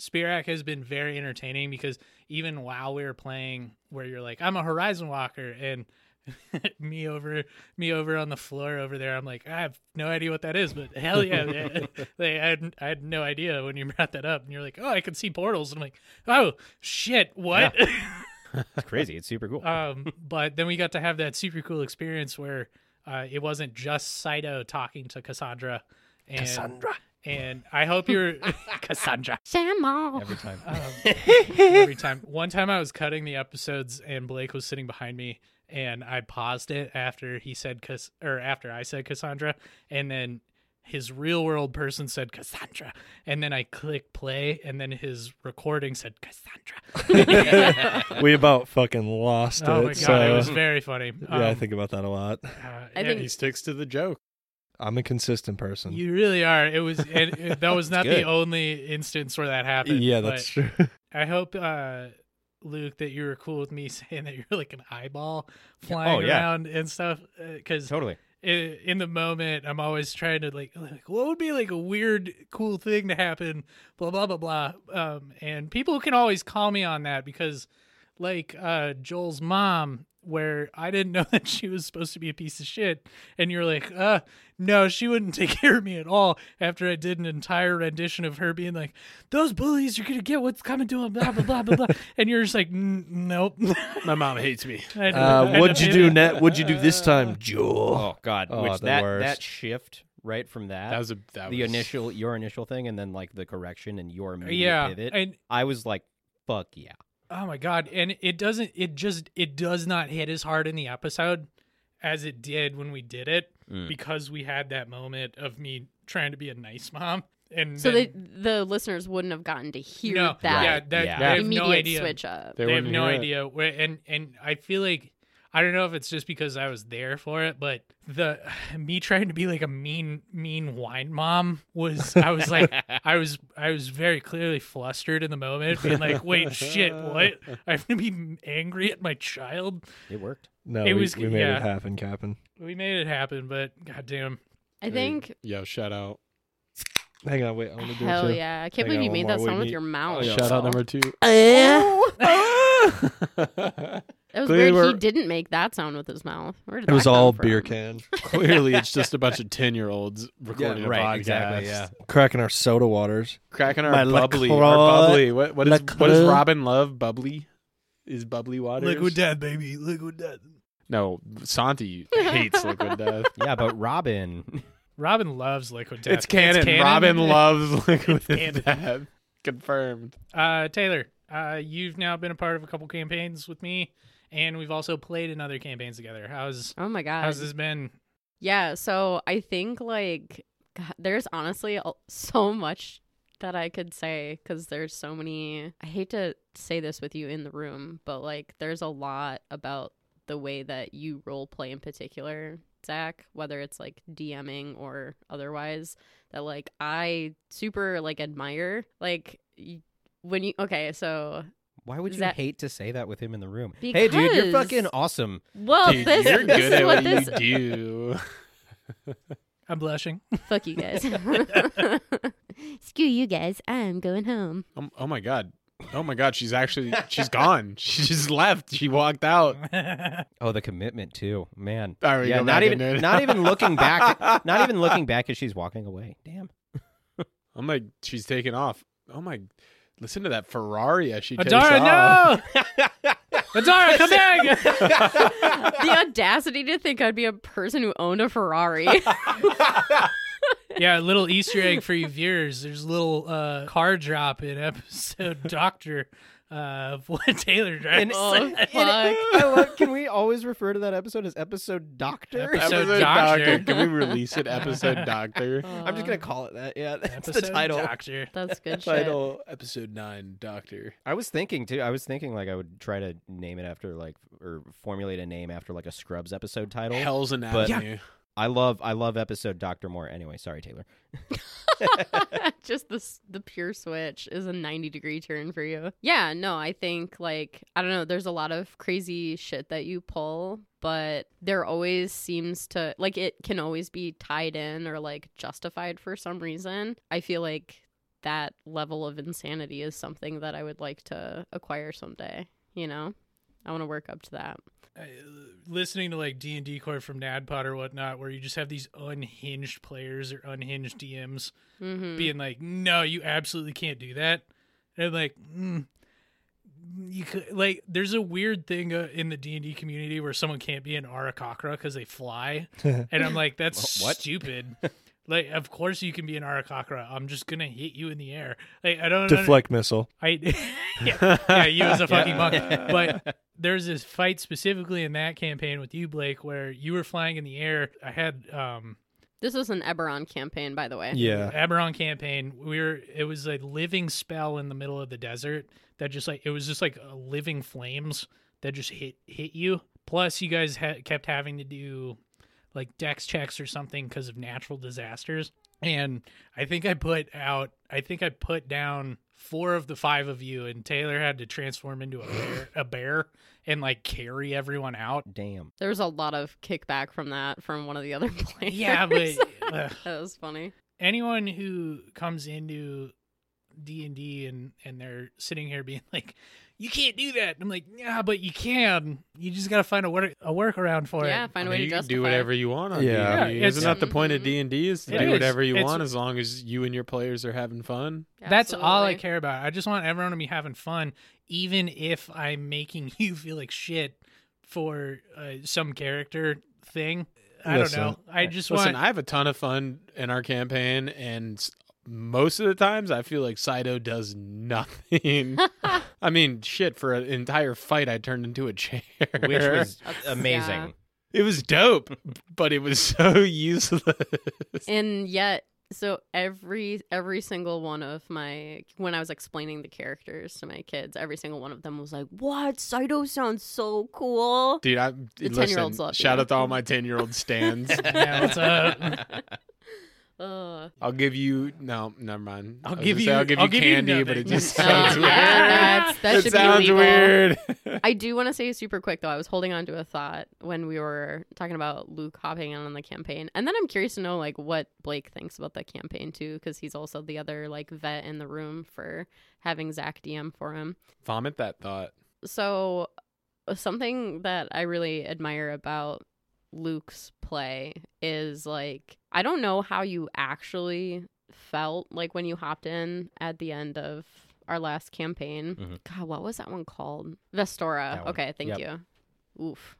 S2: Spirak has been very entertaining because even while we were playing, where you're like, I'm a Horizon Walker, and me over me over on the floor over there, I'm like, I have no idea what that is, but hell yeah, man." like, I had I had no idea when you brought that up, and you're like, oh, I can see portals, and I'm like, oh shit, what?
S4: it's crazy it's super cool
S2: um, but then we got to have that super cool experience where uh, it wasn't just Saito talking to Cassandra. And, Cassandra. And I hope you're Cassandra.
S5: Shamal.
S4: every time
S2: Um, every time. One time I was cutting the episodes and Blake was sitting behind me and I paused it after he said Cass- or after I said Cassandra and then his real world person said Cassandra, and then I click play, and then his recording said Cassandra.
S1: we about fucking lost
S2: oh
S1: it.
S2: my god,
S1: so
S2: it was very funny.
S1: yeah, I
S2: Um,
S1: think about that a lot.
S2: uh,
S5: I
S2: yeah,
S5: think-
S3: He sticks to the joke.
S1: I'm a consistent person.
S2: you really are. It was and it, that was not the
S4: good.
S2: only instance where that happened.
S1: yeah,
S2: but
S1: that's true.
S2: I hope uh, Luke that you were cool with me saying that you're like an eyeball
S4: oh,
S2: flying
S4: yeah.
S2: around and stuff uh, because
S4: Totally.
S2: i- in the moment i'm always trying to like, like what would be like a weird cool thing to happen blah blah blah blah um and people can always call me on that because like uh joel's mom where i didn't know that she was supposed to be a piece of shit and you're like uh no she wouldn't take care of me at all after i did an entire rendition of her being like those bullies are gonna get what's coming to them blah blah blah blah blah and you're just like "N- nope
S3: My mom hates me.
S2: I don't-
S1: Uh,
S2: I
S1: what'd you
S2: don't-
S1: do, Nat? What'd you do this time, Jewel?
S4: Oh God.
S1: Oh,
S4: Which
S1: the
S4: that
S1: worst.
S4: that shift right from that,
S3: That was a that
S4: the
S3: was,
S4: initial your initial thing, and then like the correction and your immediate
S2: yeah
S4: pivot.
S2: and
S4: I was like, fuck yeah.
S2: Oh my god! And it doesn't. It just. It does not hit as hard in the episode as it did when we did it
S4: Mm.
S2: because we had that moment of me trying to be a nice mom and
S5: So
S2: then-
S5: they, the listeners wouldn't have gotten to hear
S2: no
S5: that
S2: yeah
S4: Right,
S2: that
S4: yeah.
S2: they have
S5: immediate
S2: no idea
S5: switch up.
S2: they have
S3: wouldn't
S2: no
S3: hear it.
S2: idea where and and I feel like I don't know if it's just because I was there for it but the me trying to be like a mean mean wine mom was I was like I was I was very clearly flustered in the moment being like wait shit what I have to be angry at my child
S4: It worked.
S1: No,
S2: It
S1: we,
S2: was-
S1: we made
S2: yeah.
S1: it happen, Captain.
S2: We made it happen, but goddamn.
S5: I
S3: Hey,
S5: think.
S3: Yo, shout out.
S1: Hang on, wait. I'm gonna do
S5: Hell
S1: it too.
S5: yeah! I can't
S1: Hang
S5: believe
S1: on,
S5: you
S1: one
S5: made
S1: more.
S5: that
S1: We
S5: sound with
S1: need-
S5: your mouth.
S3: Oh, shout out number two.
S5: Uh, it was
S3: Clearly
S5: weird. He
S3: we're- didn't
S5: didn't make that sound with his mouth. Where did
S1: It was
S5: that come
S1: all
S5: from?
S1: beer can.
S3: Clearly, it's just a bunch of ten year olds recording a podcast.
S1: Cracking our soda waters.
S3: cracking our
S1: My
S3: bubbly,
S1: LaCroix-
S3: our bubbly. What what is what does
S1: LaCroix.
S3: Robin love? Bubbly is bubbly water.
S2: death, baby. Liquid death.
S3: No, Santi hates liquid death.
S4: Yeah, but Robin,
S2: Robin loves liquid death.
S3: It's canon. Robin loves liquid death. Confirmed.
S2: Uh, Taylor, uh, you've now been a part of a couple campaigns with me, and we've also played in other campaigns together. How's
S5: Oh my god!
S2: how's this been?
S5: Yeah, so I think like God, there's honestly a- so much that I could say because there's so many. I hate to say this with you in the room, but like there's a lot about the way that you role play in particular, Zach, whether it's like DMing or otherwise, that like I super like admire. Like y- when you okay, so
S4: why would
S5: Is
S4: you
S5: that-
S4: hate to say that with him in the room? Hey, dude, you're
S5: Because-
S4: fucking awesome.
S5: well,
S3: Dude,
S5: Oh, this,
S3: you're
S5: this
S3: good
S5: is
S3: at
S5: what
S3: what
S5: this
S3: you do.
S2: I'm blushing.
S5: fuck you guys. Screw you guys. I'm going home.
S3: Um, oh my god. Oh my god, she's actually she's gone. She just left. She walked out.
S4: Oh, the commitment too, man.
S3: All right,
S4: yeah,
S3: go
S4: not
S3: back in
S4: even
S3: there.
S4: not even looking back, at- not even looking back as she's walking away. Damn.
S3: I'm like, she's taking off. Oh my listen to that Ferrari as she takes
S2: Adara,
S3: off.
S2: no! Adara, come back!
S5: the audacity to think I'd be a person who owned a Ferrari.
S2: yeah, a little Easter egg for you viewers. There's a little uh, car drop in episode Doctor uh, of what Taylor drives.
S4: And- uh,
S5: Oh,
S4: And-
S5: fuck.
S4: I love, can we always refer to that episode as episode doctor?
S2: Episode
S3: Episode
S2: Doctor.
S3: doctor. Can we release it episode doctor?
S4: I'm just gonna call it that. Yeah, that's
S2: episode
S4: the title.
S2: Doctor.
S5: That's good shit.
S3: Title episode 9 doctor.
S4: I was thinking too. I was thinking like I would try to name it after like or formulate a name after like a Scrubs episode title.
S3: Hell's Anatomy.
S4: I love I love episode Doctor Moore. Anyway, sorry Taylor.
S5: Just the s- the pure switch is a 90 degree turn for you. Yeah, no, I think like I don't know, there's a lot of crazy shit that you pull, but there always seems to like it can always be tied in or like justified for some reason. I feel like that level of insanity is something that I would like to acquire someday, you know? I want to work up to that.
S2: uh, listening to like D and D core from NADPOD or whatnot, where you just have these unhinged players or unhinged DMs
S4: Mm-hmm.
S5: Mhm.
S2: being like, "No, you absolutely can't do that," and I'm like, mm, "You could like." There's a weird thing uh, in the D and D community where someone can't be an Arakakra because they fly, and I'm like, "That's
S4: Wha- what?
S2: stupid." like, of course you can be an Arakakra. I'm just gonna hit you in the air. Like, I don't under-
S1: Deflect missile.
S2: I yeah, yeah, you as a fucking monk. But there's this fight specifically in that campaign with you, Blake, where you were flying in the air. I had um
S5: This is an Eberron campaign, by the way.
S1: Yeah.
S2: Eberron campaign. We were it was a living spell in the middle of the desert that just like it was just like a living flames that just hit hit you. Plus, you guys ha- kept having to do like dex checks or something because of natural disasters. And I think I put out. I think I put down four of the five of you, and Taylor had to transform into a bear, a bear and like carry everyone out.
S4: Damn.
S5: There was a lot of kickback from that from one of the other players.
S2: Yeah, but. ugh.
S5: that was funny.
S2: anyone who comes into D and D and and they're sitting here being like, "You can't do that," I'm like, "Yeah, but you can. You just gotta find a work a workaround for it."
S5: yeah,
S3: I
S5: find a
S3: mean,
S5: way to
S3: you can
S5: justify.
S3: do whatever you want on
S1: Yeah.
S3: D&D.
S2: Yeah, it's-
S3: Isn't
S2: Mm-hmm.
S3: that the point of
S5: Mhm.
S3: D&D is to
S2: It
S3: do
S2: is.
S3: whatever you
S2: It's-
S3: want as long as you and your players are having fun?
S2: That's all I
S5: Absolutely.
S2: care about. I just want everyone to be having fun, even if I'm making you feel like shit for uh, some character thing. I
S1: Listen.
S2: don't know. I just
S3: Listen,
S2: want.
S3: I have a ton of fun in our campaign, and s- most of the times I feel like Saito does nothing. I mean, shit, for an entire fight, I turned into a chair.
S4: Which was
S5: That's- yeah.
S4: amazing.
S3: It was dope, but it was so useless.
S5: and yet so every every single one of my when i was explaining the characters to my kids every single one of them was like what saito sounds so cool
S3: Dude, I
S5: The
S3: listen,
S5: 10-year-olds love
S3: Shout
S5: you.
S3: out to all my 10-year-old stands.
S2: Yeah, what's up?
S5: Ugh.
S3: I'll give you no, never mind.
S2: I'll
S3: I was
S2: give
S3: gonna
S2: you-
S3: say, I'll give
S2: I'll
S3: you
S2: give you
S3: candy, but it
S2: nothing.
S3: just
S5: Uh,
S3: sounds weird.
S5: yeah, that's- that
S3: it
S5: should be
S3: sounds
S5: illegal.
S3: weird.
S5: i do want to say super quick though i was holding on to a thought when we were talking about luke hopping on the campaign and then i'm curious to know like what blake thinks about that campaign too because he's also the other like vet in the room for having zach dm for him
S3: Vomit that thought.
S5: so uh, something that I really admire about Luke's play is like I don't know how you actually felt like when you hopped in at the end of our last campaign.
S4: Mhm.
S5: God, what was that one called?
S4: That
S5: Vestora.
S4: one.
S5: Okay, thank you. Oof.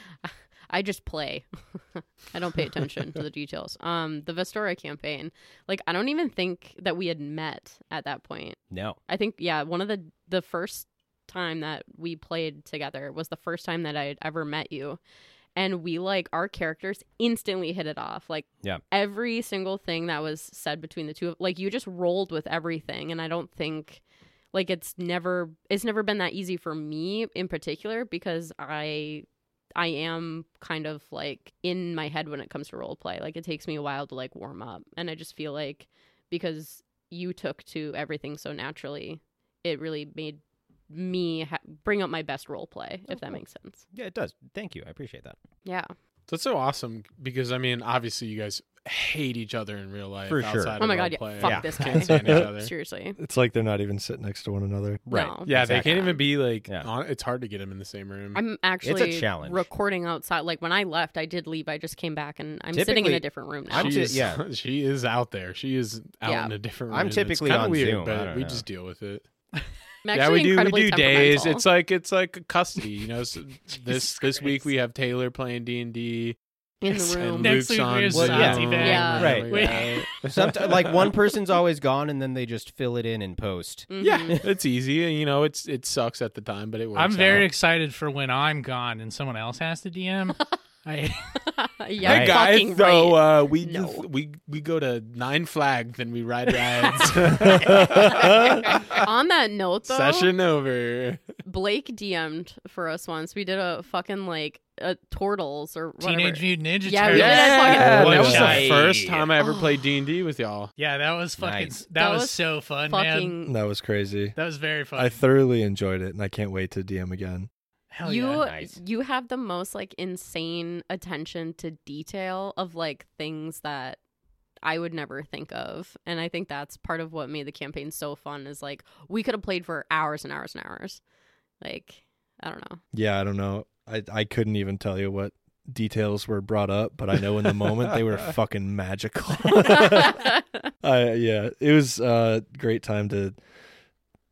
S5: I just play. I don't pay attention to the details. Um the Vestora campaign. Like I don't even think that we had met at that point.
S4: No.
S5: I think yeah, one of the the first time that we played together was the first time that I had ever met you. And we like our characters instantly hit it off. Like
S4: Yeah.
S5: every single thing that was said between the two of like you just rolled with everything and I don't think like it's never it's never been that easy for me in particular because I I am kind of like in my head when it comes to role play. Like it takes me a while to like warm up and I just feel like because you took to everything so naturally, it really made me ha- bring up my best role play,
S4: Oh,
S5: if that
S4: cool.
S5: makes sense.
S4: Yeah, it does. Thank you. I appreciate that.
S5: Yeah.
S3: That's so awesome because I mean, obviously, you guys hate each other in real life.
S4: For sure.
S3: outside of
S5: Oh my god, yeah.
S3: roleplay.
S5: Fuck
S4: Yeah.
S5: this
S3: Can't
S5: guy.
S3: stand each other.
S5: Seriously.
S1: It's like they're not even sitting next to one another.
S4: Right.
S5: No.
S3: Yeah, they
S4: Exactly.
S3: can't even be like.
S4: Yeah.
S3: On, it's hard to get them in the same room.
S5: I'm actually
S4: challenge.
S5: recording outside. Like when I left, I did leave. I just came back and I'm sitting in
S4: Typically,
S5: a different room now.
S4: I'm
S3: she
S4: ti-
S3: is,
S4: yeah.
S3: she is out there. She is out
S5: Yeah.
S3: in a different.
S4: I'm
S3: room. It's
S4: typically
S3: kinda
S4: on
S3: weird,
S4: Zoom. I
S3: but
S4: don't
S3: we
S4: know.
S3: just deal with it.
S5: I'm
S3: yeah, we
S5: actually
S3: do.
S5: incredibly
S3: We do days.
S5: temperamental.
S3: It's like it's like custody. You know, so this
S2: Jesus
S3: this week
S2: Christ.
S3: we have Taylor playing D and D,
S5: in the
S2: Next
S5: room.
S3: and
S2: week
S3: Luke's
S2: we
S3: on.
S2: have
S3: Zoom.
S2: Zanzi back.
S5: Yeah.
S4: Right.
S3: Yeah.
S4: Sometimes, like one person's always gone, and then they just fill it in and post.
S5: Mhm.
S3: Yeah, it's easy. You know, it's it sucks at the time, but it works.
S2: I'm very
S3: out.
S2: excited for when I'm gone and someone else has to DM. I.
S5: yeah.
S3: Hey guys,
S5: fucking
S3: so
S5: right.
S3: uh, we
S5: No.
S3: just- we we go to Nine Flags and we ride rides.
S5: on that note, though,
S3: uh, Session over.
S5: Blake DM'd for us once. We did a fucking like a turtles or whatever.
S2: Teenage Mutant Ninja
S5: Yeah,
S2: Turtles.
S5: we did that
S3: that
S5: fucking-
S3: was the
S2: Nice.
S3: first time I ever
S5: Oh.
S3: played D and D with y'all.
S2: Yeah, that was fucking.
S4: Nice.
S2: That,
S5: That
S2: was,
S5: was
S2: so fun, man.
S5: fucking
S1: That was crazy.
S2: That was very fun.
S1: I thoroughly enjoyed it, and I can't wait to DM again.
S2: Hell
S5: you
S2: yeah.
S4: Nice.
S5: you have the most like insane attention to detail of like things that I would never think of. And I think that's part of what made the campaign so fun is like we could have played for hours and hours and hours. Like, I don't know.
S1: Yeah, I don't know. I I couldn't even tell you what details were brought up, but I know in the moment they were fucking magical. I yeah, it was a great time to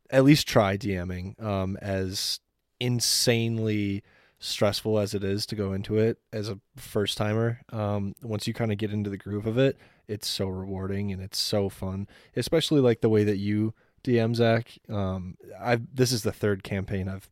S1: at least try DMing. Um, as insanely stressful as it is to go into it as a first timer, um, once you kind of get into the groove of it, it's so rewarding and it's so fun. Especially like the way that you DM Zach. Um, I have this is the third campaign I've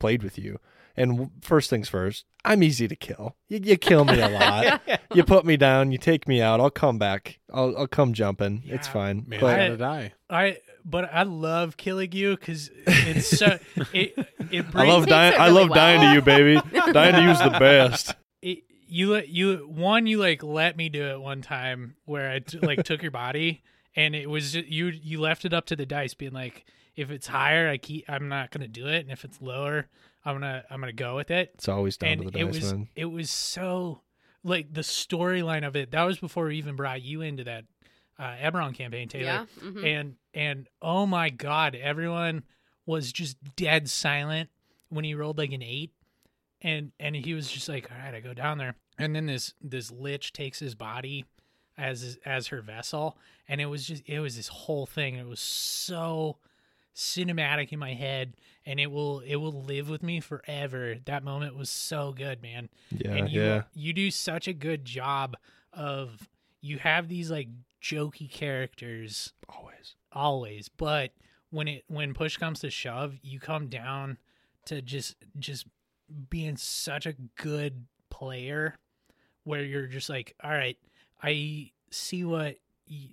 S1: played with you, And w- first things first, I'm easy to kill. You, you kill me a lot. you put me down. You take me out. I'll come back. I'll I'll come jumping. It's
S2: Yeah.
S1: fine.
S3: Man,
S1: but
S3: I gotta die.
S2: I but I love killing you because it's so it it
S1: I
S2: brings
S1: love
S5: Takes
S1: dying.
S5: it
S1: I
S5: really
S1: love dying to
S5: well.
S1: you, baby. dying to you's the best.
S2: it, you let you one you like let me do it one time where I t- like took your body and it was ju- you you left it up to the dice being like if it's higher I keep I'm not gonna do it and if it's lower I'm gonna I'm gonna go with it
S1: It's always down to
S2: and
S1: the
S2: it
S1: dice,
S2: was
S1: man.
S2: it was so like the storyline of it that was before we even brought you into that uh, Eberron campaign Taylor
S5: yeah. mhm.
S2: and and oh my god everyone was just dead silent when he rolled like an eight and and he was just like all right i go down there and then this this lich takes his body as as her vessel and it was just it was this whole thing it was so cinematic in my head and it will it will live with me forever that moment was so good man
S1: Yeah,
S2: and you
S1: yeah.
S2: you do such a good job of you have these like jokey characters
S1: Always.
S2: always but when it when push comes to shove you come down to just just being such a good player where you're just like all right i see what y-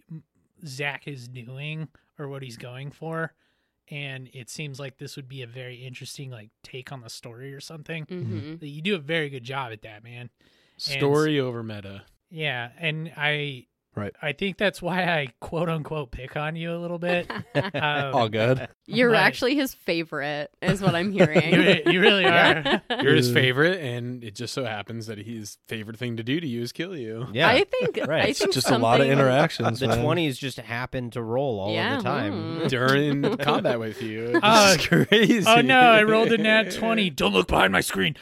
S2: zach is doing or what he's going for and it seems like this would be a very interesting like take on the story or something
S1: Mm-hmm.
S5: Mhm.
S2: That you do a very good job at that man
S3: Story over meta.
S2: yeah and i
S1: Right.
S2: i think that's why i quote unquote pick on you a little bit um,
S1: All good.
S5: You're
S2: But-
S5: actually his favorite, is what I'm hearing.
S2: You re- you really are.
S3: You're his
S1: Yeah.
S3: favorite, and it just so happens that his favorite thing to do to you is kill you.
S4: yeah.
S5: I think.
S4: right.
S5: I
S4: It's
S5: think
S1: Just a lot of
S5: something-
S1: interactions.
S4: the
S1: man.
S4: twenties just happen to roll all
S5: Yeah,
S4: of the time.
S5: mm.
S3: During combat with you. It's
S2: Oh,
S3: crazy.
S2: Oh no! I rolled a nat twenty. Don't look behind my screen.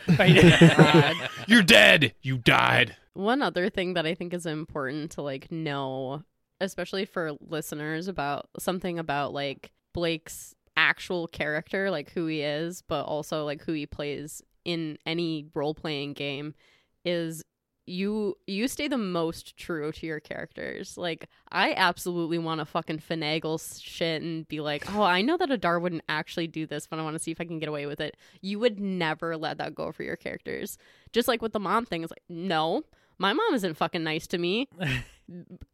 S5: God.
S3: You're dead. You died.
S5: One other thing that I think is important to like know, especially for listeners about something about like Blake's actual character, like who he is, but also like who he plays in any role-playing game is you you stay the most true to your characters. Like I absolutely want to fucking finagle shit and be like, "Oh, I know that Adar wouldn't actually do this, but I want to see if I can get away with it." You would never let that go for your characters. Just like with the mom thing, it's like, "No, my mom isn't fucking nice to me.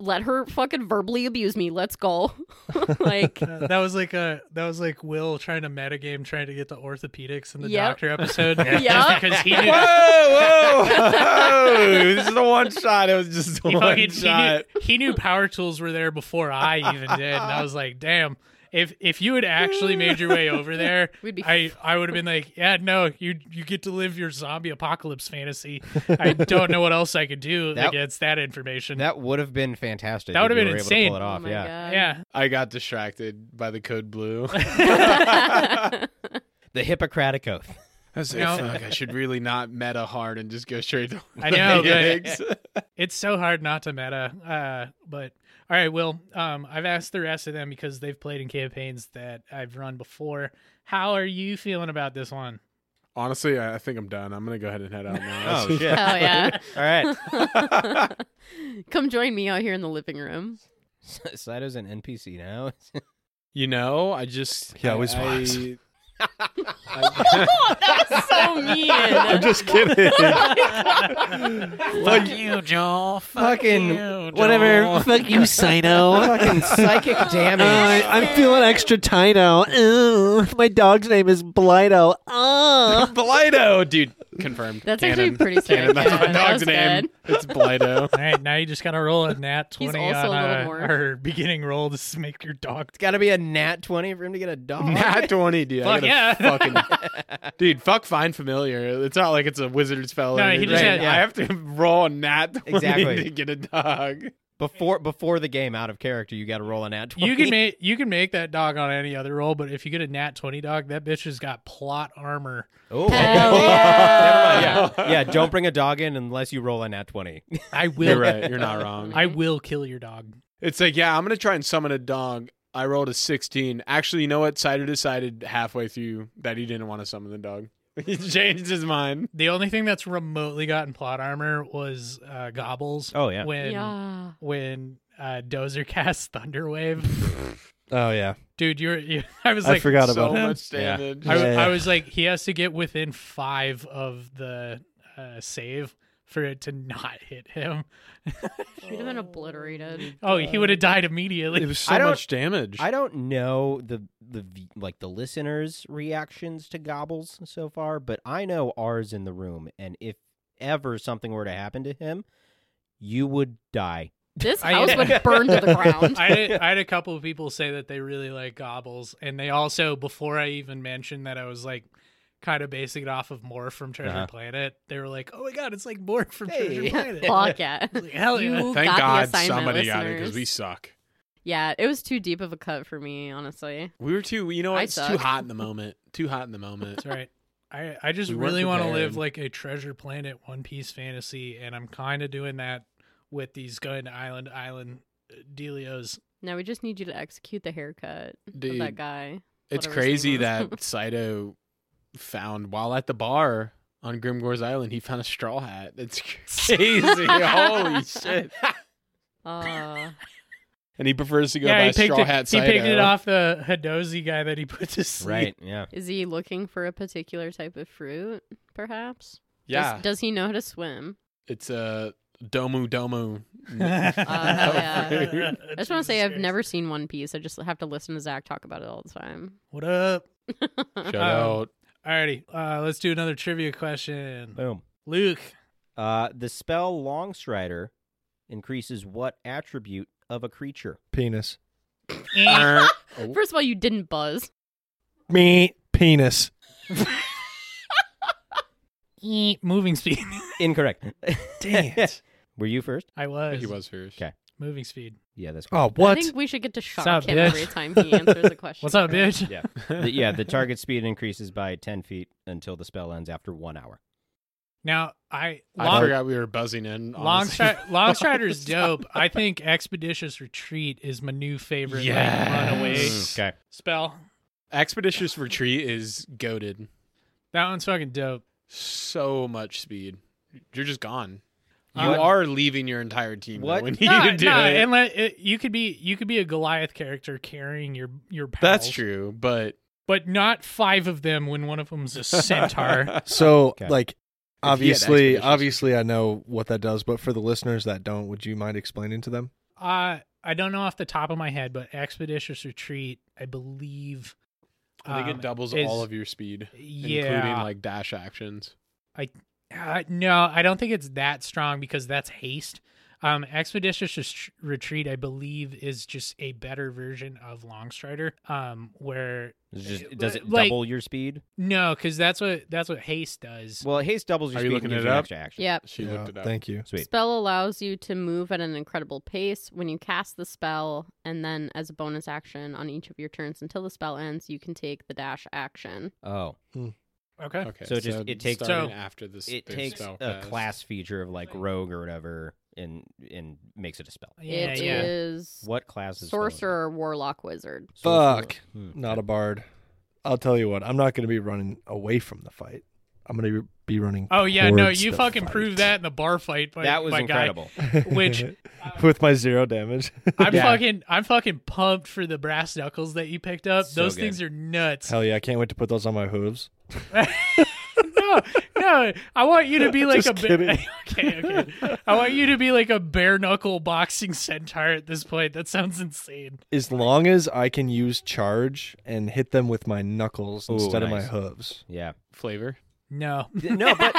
S5: Let her fucking verbally abuse me. Let's go." like
S2: Uh, that was like a that was like Will trying to metagame, trying to get the orthopedics in the
S5: Yep.
S2: doctor episode.
S5: Yep.
S2: Just because he knew,
S3: whoa, whoa! this is the one shot. It was just
S2: he, fucking, he, knew, he knew power tools were there before I even did, and I was like, damn. If if you had actually made your way over there,
S5: We'd be-
S2: I, I would have been like, yeah, no, you you get to live your zombie apocalypse fantasy. I don't know what else I could do
S4: That-
S2: against that information.
S4: That would have been fantastic.
S2: That
S4: if
S2: would have
S4: you
S2: been
S4: were able to
S2: insane.
S4: Pull it
S5: Oh
S4: off,
S5: my
S4: yeah.
S5: God.
S2: yeah,
S3: I got distracted by the code blue.
S4: The Hippocratic Oath.
S3: I was
S2: No.
S3: like, fuck, I should really not meta hard and just go straight to
S2: I know, but-
S3: mechanics."
S2: It's so hard not to meta. Uh, but all right, Will. Um, I've asked the rest of them because they've played in campaigns that I've run before. How are you feeling about this one?
S3: Honestly, I I think I'm done. I'm going to go ahead and head out now.
S4: Oh shit!
S5: Oh yeah.
S4: All right.
S5: Come join me out here in the living room.
S4: Saito's an NPC now.
S3: You know, I just.
S1: He
S3: I-
S1: always
S3: I-
S1: was.
S3: I-
S5: Oh, that was so
S1: I'm
S5: mean.
S1: just kidding.
S3: Fuck you, Joel.
S4: Fucking whatever. Fuck you, Saito. Fucking psychic damage.
S6: Oh, I'm feeling extra tight now. Ooh, my dog's name is Blighto. Oh.
S3: Blido, dude. Confirmed.
S5: That's
S3: Canon.
S5: actually pretty sick.
S3: Canon. That's
S5: Yeah,
S3: my
S5: that
S3: dog's
S5: was
S3: name.
S5: good.
S3: It's Blido.
S2: All right, now you just gotta roll a nat
S5: He's
S2: twenty
S5: also
S2: on
S5: a little
S2: uh,
S5: more.
S2: her beginning roll to s- make your dog.
S4: It's got to be a nat twenty for him to get a dog.
S3: Not 20, dude.
S2: Fuck
S3: I
S2: yeah.
S3: gotta fucking, dude, fuck Find Familiar. It's not like it's a wizard's fellow.
S2: No, he just had-
S3: I have to roll a nat 20
S4: Exactly.
S3: to get a dog.
S4: Before before the game, out of character, you got to roll a nat twenty.
S2: You can make you can make that dog on any other roll, but if you get a nat twenty dog, that bitch has got plot armor.
S4: Oh, okay.
S5: Hell yeah.
S4: Never mind, yeah, yeah. Don't bring a dog in unless you roll a nat twenty.
S2: I will.
S3: You're right. You're not wrong.
S2: I will kill your dog.
S3: It's like, yeah, I'm gonna try and summon a dog. I rolled a 16. Actually, you know what? Cider decided halfway through that he didn't want to summon the dog. He changed his mind.
S2: The only thing that's remotely gotten plot armor was uh, Gobbles.
S4: Oh, yeah.
S2: when
S5: Yeah.
S2: when uh, Dozer casts Thunderwave.
S1: Oh yeah.
S2: dude. You're. You, I was
S1: I
S2: like,
S1: forgot
S3: so
S1: about that.
S3: much
S1: Yeah.
S3: damage.
S2: I,
S1: Yeah, yeah.
S2: I was like, he has to get within five of the uh, save for it to not hit him.
S5: Should have been obliterated.
S2: Oh, he would have died immediately.
S3: It was so
S4: I don't-
S3: much damage.
S4: I don't know the the v- like the listeners' reactions to gobbles so far, but I know ours in the room, and if ever something were to happen to him, you would die.
S5: This
S2: I-
S5: house would burn to the ground.
S2: I had, I had a couple of people say that they really like gobbles, and they also before I even mentioned that I was like kind of basing it off of Morph from Treasure
S4: Uh-huh.
S2: Planet, they were like, "Oh my god, it's like Morph from Treasure
S4: Hey.
S2: Planet." I
S5: Fuck yeah.
S2: was like, Hell yeah!
S5: You
S3: Thank
S5: got
S3: God
S5: the assignment,
S3: somebody
S5: listeners.
S3: got it because we suck.
S5: Yeah, it was too deep of a cut for me, honestly.
S3: We were too. You know, what?
S5: I
S3: it's too
S5: suck.
S3: hot in the moment. Too hot in the moment.
S2: That's right. I I just
S3: We weren't
S2: really want to live
S3: prepared.
S2: like a Treasure Planet One Piece fantasy, and I'm kind of doing that with these gun island island uh, dealios.
S5: Now we just need you to execute the haircut of that
S3: Dude,
S5: guy.
S3: it's
S5: whatever his
S3: crazy
S5: name
S3: that Saito found while at the bar on Grimgore's Island, he found a straw hat. It's crazy. Holy shit.
S5: Uh,
S3: And he prefers to go by
S2: he picked,
S3: straw
S2: it,
S3: hat
S2: he
S3: Saito.
S2: picked it off the Hadozi guy that he put to sleep.
S4: Right? Yeah.
S5: is he looking for a particular type of fruit, perhaps?
S3: Yeah.
S5: Does, does he know how to swim?
S3: it's a domu domu.
S5: Uh, yeah. I just want to
S2: Jesus
S5: say I've
S2: Christ.
S5: never seen One Piece. I just have to listen to Zach talk about it all the time.
S2: What up? Um,
S3: Shout out.
S2: Alrighty, uh, let's do another trivia question.
S4: Boom.
S2: Luke,
S4: Uh, the spell Longstrider increases what attribute of a creature?
S1: Penis.
S3: Oh,
S5: First of all, you didn't buzz.
S1: Me penis.
S2: eep, moving speed.
S4: Incorrect.
S1: Dang it.
S4: Were you first?
S2: I
S3: I
S2: was.
S3: think he was first.
S4: Okay.
S2: moving speed.
S4: Yeah, that's
S1: Oh
S5: I
S1: what?
S5: think we should get to shock
S2: up,
S5: him
S2: bitch?
S5: every time he answers a question.
S2: What's up, bitch?
S4: Yeah. The- yeah, the target speed increases by 10 feet until the spell ends after one hour.
S2: Now I
S3: I
S2: long
S3: forgot we were buzzing in.
S2: long
S3: honestly.
S2: stri- Longstrider's dope. I think Expeditious Retreat is my new favorite like,
S3: Yes.
S2: runaway
S3: Mm,
S4: okay.
S2: spell.
S3: Expeditious Retreat is goaded.
S2: That one's fucking dope.
S3: So much speed. You're just gone. You
S2: Um,
S3: are leaving your entire team though,
S4: What?
S3: when you
S2: Nah,
S3: do
S2: nah,
S3: it.
S2: and let- it- uh, you could be you could be a Goliath character carrying your your pals,
S3: That's true, but
S2: but not five of them when one of them's a centaur.
S1: So
S4: Okay.
S1: like
S3: had
S1: obviously
S3: expeditions.
S1: obviously I know what that does, but for the listeners that don't, would you mind explaining to them?
S2: uh, I don't know off the top of my head, but Expeditious Retreat, I believe.
S3: I think
S2: um,
S3: it doubles
S2: is-
S3: all of your speed,
S2: yeah.
S3: including like dash actions.
S2: Uh, no, I don't think it's that strong because that's haste. Um, Expeditious Res- Retreat, I believe, is just a better version of Longstrider. Um, where uh,
S4: It's just- does it
S2: Like-
S4: double your speed?
S2: no, because that's what that's what haste does.
S4: Well, haste doubles your
S3: Are you
S4: speed
S3: looking
S4: and gives
S3: it
S4: you an
S3: up?
S4: extra action.
S5: Yep.
S3: She
S1: Yeah,
S3: looked it up.
S1: Thank you.
S4: Sweet.
S5: Spell allows you to move at an incredible pace. When you cast the spell, and then as a bonus action on each of your turns until the spell ends, you can take the dash action.
S4: Oh.
S2: okay,
S3: Okay,
S4: So just- it takes-
S3: starting
S2: So-
S3: after this.
S4: It
S3: this
S4: takes
S3: spell
S4: a
S3: cast.
S4: class feature of like rogue or whatever and and makes it a spell.
S2: yeah,
S5: It
S2: yeah.
S5: is
S4: What class is spell is it?
S5: sorcerer, warlock, wizard.
S4: Sorcerer.
S1: Fuck.
S4: Hmm.
S1: Not a bard. I'll tell you what, I'm not gonna be running away from the fight. I'm gonna be running.
S2: Oh yeah, no,
S1: towards
S2: you
S1: the
S2: fucking
S1: fight.
S2: proved that in the bar fight. By,
S4: That was
S2: by guy.
S4: incredible.
S2: Uh, which-
S1: with my zero damage.
S2: I'm
S3: Yeah.
S2: fucking I'm fucking pumped for the brass knuckles that you picked up.
S4: So
S2: Those
S4: good.
S2: things are nuts.
S1: Hell yeah, I can't wait to put those on my hooves.
S2: no, no. I want you to be like
S1: Just
S2: a ba-
S1: kidding.
S2: okay, okay. I want you to be like a bare knuckle boxing centaur at this point. That sounds insane.
S1: As long as I can use charge and hit them with my knuckles
S4: Ooh,
S1: instead of my
S4: nice.
S1: hooves.
S4: Yeah.
S3: flavor.
S2: No,
S4: No, but